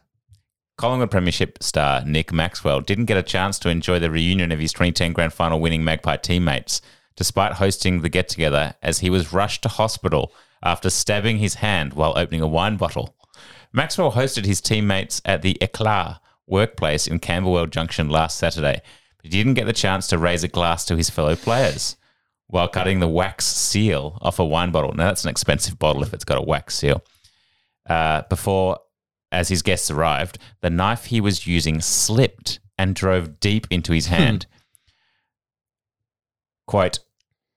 Speaker 12: Collingwood Premiership star Nick Maxwell didn't get a chance to enjoy the reunion of his 2010 grand final winning Magpie teammates, despite hosting the get together, as he was rushed to hospital after stabbing his hand while opening a wine bottle. Maxwell hosted his teammates at the Eclat workplace in Camberwell Junction last Saturday, but he didn't get the chance to raise a glass to his fellow players while cutting the wax seal off a wine bottle. Now, that's an expensive bottle if it's got a wax seal uh, before, as his guests arrived, the knife he was using slipped and drove deep into his hand. Quote,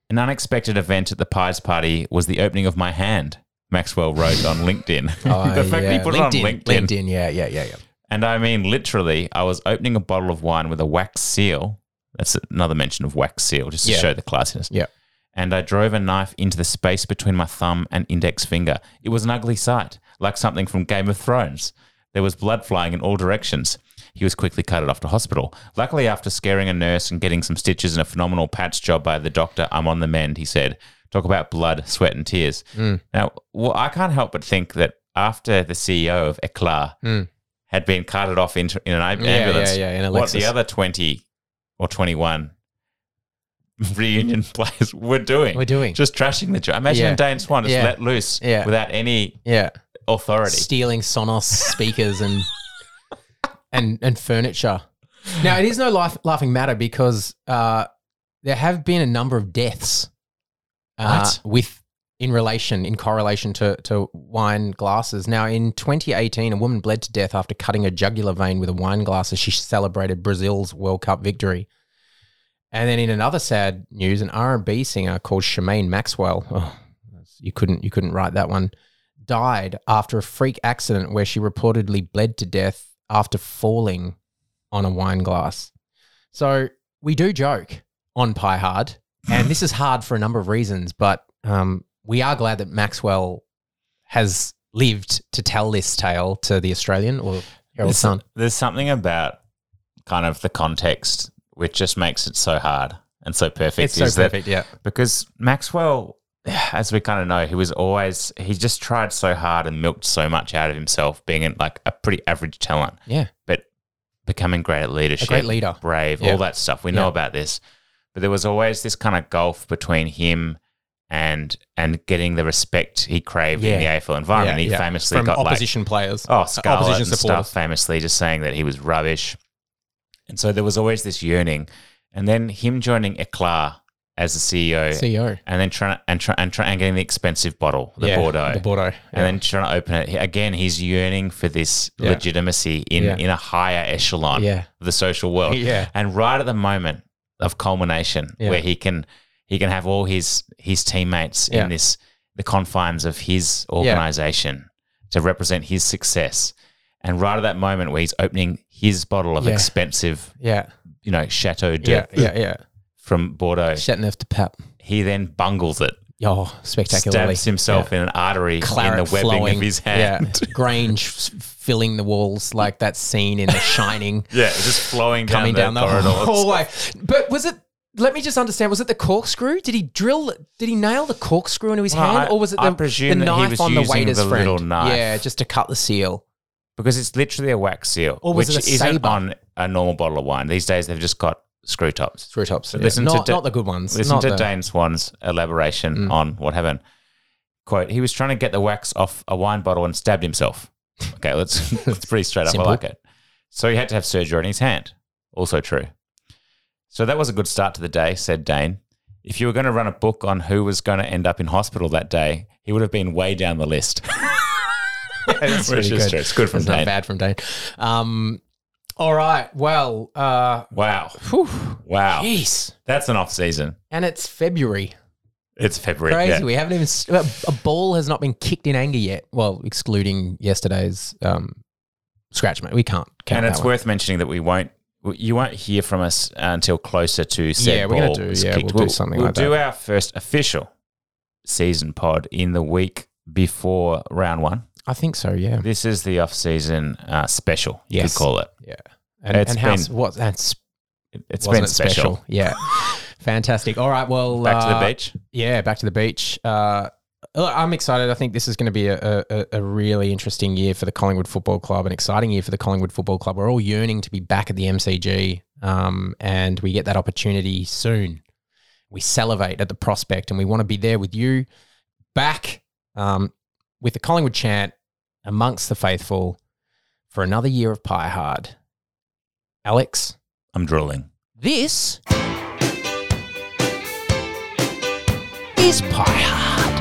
Speaker 12: an unexpected event at the Pies party was the opening of my hand, Maxwell wrote on LinkedIn. [LAUGHS]
Speaker 13: Oh,
Speaker 12: [LAUGHS] the fact that he put it on LinkedIn.
Speaker 13: LinkedIn, yeah, yeah, yeah, yeah.
Speaker 12: And I mean, literally, I was opening a bottle of wine with a wax seal. That's another mention of wax seal, just to
Speaker 13: Yeah.
Speaker 12: show the classiness.
Speaker 13: Yeah.
Speaker 12: And I drove a knife into the space between my thumb and index finger. It was an ugly sight, like something from Game of Thrones. There was blood flying in all directions. He was quickly carted off to hospital. Luckily, after scaring a nurse and getting some stitches and a phenomenal patch job by the doctor, I'm on the mend, he said. Talk about blood, sweat, and tears.
Speaker 13: Mm.
Speaker 12: Now, well, I can't help but think that after the CEO of Eclat
Speaker 13: Mm.
Speaker 12: had been carted off into, in an ab-
Speaker 13: Yeah,
Speaker 12: ambulance.
Speaker 13: yeah, yeah, in a
Speaker 12: what the
Speaker 13: Lexus.
Speaker 12: other 20 or 21 [LAUGHS] reunion [LAUGHS] players were doing.
Speaker 13: We're doing.
Speaker 12: Just trashing the job. Imagine
Speaker 13: Yeah.
Speaker 12: Dane Swan just
Speaker 13: Yeah.
Speaker 12: let loose
Speaker 13: Yeah.
Speaker 12: without any
Speaker 13: Yeah.
Speaker 12: authority.
Speaker 13: Stealing Sonos speakers and [LAUGHS] and and furniture. Now it is no life, laughing matter because uh, there have been a number of deaths uh,
Speaker 12: What?
Speaker 13: with in relation in correlation to to wine glasses. Now in 2018, a woman bled to death after cutting a jugular vein with a wine glass as she celebrated Brazil's World Cup victory. And then in another sad news, an R&B singer called Shemaine Maxwell. Oh, that's You couldn't you couldn't write that one. Died after a freak accident where she reportedly bled to death after falling on a wine glass. So we do joke on Pie Hard, and this is hard for a number of reasons, but um, we are glad that Maxwell has lived to tell this tale to the Australian or Herald
Speaker 12: there's,
Speaker 13: Sun.
Speaker 12: there's something about kind of the context which just makes it so hard and so perfect.
Speaker 13: It's so
Speaker 12: is that-
Speaker 13: perfect, yeah.
Speaker 12: Because Maxwell, as we kind of know, he was always he just tried so hard and milked so much out of himself, being an- like a pretty average talent.
Speaker 13: Yeah.
Speaker 12: but becoming great at leadership,
Speaker 13: great leader.
Speaker 12: brave,
Speaker 13: Yeah.
Speaker 12: all that stuff. We know
Speaker 13: Yeah.
Speaker 12: about this, but there was always this kind of gulf between him. And and getting the respect he craved in the
Speaker 13: Yeah.
Speaker 12: AFL environment,
Speaker 13: Yeah,
Speaker 12: he
Speaker 13: yeah.
Speaker 12: famously
Speaker 13: From
Speaker 12: got like-
Speaker 13: opposition players,
Speaker 12: Oh,
Speaker 13: uh,
Speaker 12: Scarlett
Speaker 13: opposition
Speaker 12: and
Speaker 13: supporters.
Speaker 12: stuff famously just saying that he was rubbish. And so there was always this yearning. And then him joining Eclat as the CEO.
Speaker 13: CEO.
Speaker 12: And then trying and try, and try and getting the expensive bottle, the
Speaker 13: E Yeah,
Speaker 12: Bordeaux.
Speaker 13: the Bordeaux,
Speaker 12: And then trying to open it. He- Again, he's yearning for this
Speaker 13: Yeah.
Speaker 12: legitimacy in,
Speaker 13: Yeah.
Speaker 12: in a higher echelon
Speaker 13: Yeah.
Speaker 12: of the social world.
Speaker 13: [LAUGHS] Yeah.
Speaker 12: And right at the moment of culmination
Speaker 13: Yeah.
Speaker 12: where he can he can have all his his teammates
Speaker 13: Yeah.
Speaker 12: in this the confines of his organization to represent his success. And right at that moment where he's opening his bottle of
Speaker 13: Yeah.
Speaker 12: expensive,
Speaker 13: Yeah.
Speaker 12: you know, Chateau
Speaker 13: Yeah,
Speaker 12: d'If
Speaker 13: yeah, yeah.
Speaker 12: from Bordeaux,
Speaker 13: Shatnev to Pap.
Speaker 12: he then bungles it.
Speaker 13: Oh, spectacularly.
Speaker 12: Stabs himself
Speaker 13: Yeah.
Speaker 12: in an artery
Speaker 13: Claret
Speaker 12: in the webbing
Speaker 13: flowing.
Speaker 12: of his hand.
Speaker 13: Yeah. [LAUGHS] Grange f- filling the walls like that scene in The Shining.
Speaker 12: Yeah, it's just flowing down
Speaker 13: coming
Speaker 12: the
Speaker 13: down, the
Speaker 12: corridors.
Speaker 13: hallway. But was it? Let me just understand. Was it the corkscrew? Did he drill? Did he nail the corkscrew into his
Speaker 12: Well,
Speaker 13: hand,
Speaker 12: I-
Speaker 13: or was it
Speaker 12: I
Speaker 13: the,
Speaker 12: presume
Speaker 13: the
Speaker 12: that he
Speaker 13: knife
Speaker 12: was
Speaker 13: on the
Speaker 12: using
Speaker 13: waiter's
Speaker 12: the
Speaker 13: friend?
Speaker 12: little knife.
Speaker 13: Yeah, just to cut the seal.
Speaker 12: Because it's literally a wax seal,
Speaker 13: Or was
Speaker 12: which
Speaker 13: it a
Speaker 12: isn't
Speaker 13: saber?
Speaker 12: on a normal bottle of wine. These days, they've just got screw tops.
Speaker 13: Screw tops.
Speaker 12: So
Speaker 13: yeah.
Speaker 12: listen
Speaker 13: not,
Speaker 12: to Da-
Speaker 13: not the good ones.
Speaker 12: Listen
Speaker 13: not
Speaker 12: to
Speaker 13: the- Mm.
Speaker 12: Dane Swan's elaboration on what happened. Quote: He was trying to get the wax off a wine bottle and stabbed
Speaker 13: [LAUGHS]
Speaker 12: himself. Okay, let's that's [LAUGHS] pretty straight up. I
Speaker 13: Simple.
Speaker 12: like it. So he had to have surgery on his hand. Also true. So that was a good start to the day, said Dane. If you were going to run a book on who was going to end up in hospital that day, he would have been way down the
Speaker 13: [LAUGHS]
Speaker 12: list. [LAUGHS]
Speaker 13: That's
Speaker 12: Which
Speaker 13: pretty
Speaker 12: is true. It's good from
Speaker 13: That's not
Speaker 12: Dane.
Speaker 13: bad from Dane. Um, all right. Well, uh,
Speaker 12: Wow. Wow.
Speaker 13: Jeez.
Speaker 12: That's an off season.
Speaker 13: and it's February.
Speaker 12: It's February.
Speaker 13: Crazy.
Speaker 12: yeah.
Speaker 13: We haven't even s- a a ball has not been kicked in anger yet. Well, excluding yesterday's um, scratch mate. We can't count
Speaker 12: and it's
Speaker 13: that one.
Speaker 12: worth mentioning that we won't you won't hear from us until closer to said
Speaker 13: Yeah, we're gonna
Speaker 12: ball
Speaker 13: do-
Speaker 12: is
Speaker 13: yeah,
Speaker 12: kicked.
Speaker 13: we'll do something
Speaker 12: we'll
Speaker 13: like
Speaker 12: do
Speaker 13: that.
Speaker 12: our first official season pod in the week before round one.
Speaker 13: I think so. Yeah.
Speaker 12: This is the off season uh, special. You
Speaker 13: Yes.
Speaker 12: could call it.
Speaker 13: Yeah. And,
Speaker 12: It's
Speaker 13: and how
Speaker 12: been-
Speaker 13: what that's
Speaker 12: It's
Speaker 13: wasn't
Speaker 12: been
Speaker 13: it
Speaker 12: special. [LAUGHS]
Speaker 13: Yeah. Fantastic. All right. Well,
Speaker 12: Back to the
Speaker 13: uh,
Speaker 12: beach.
Speaker 13: Yeah, back to the beach. Uh, look, I'm excited. I think this is going to be a, a, a really interesting year for the Collingwood Football Club, an exciting year for the Collingwood Football Club. We're all yearning to be back at the MCG, um, and we get that opportunity soon. We salivate at the prospect, and we want to be there with you back um, with the Collingwood chant amongst the faithful for another year of Pie Hard. Alex,
Speaker 12: I'm drooling.
Speaker 13: this is Pie Hard. oh,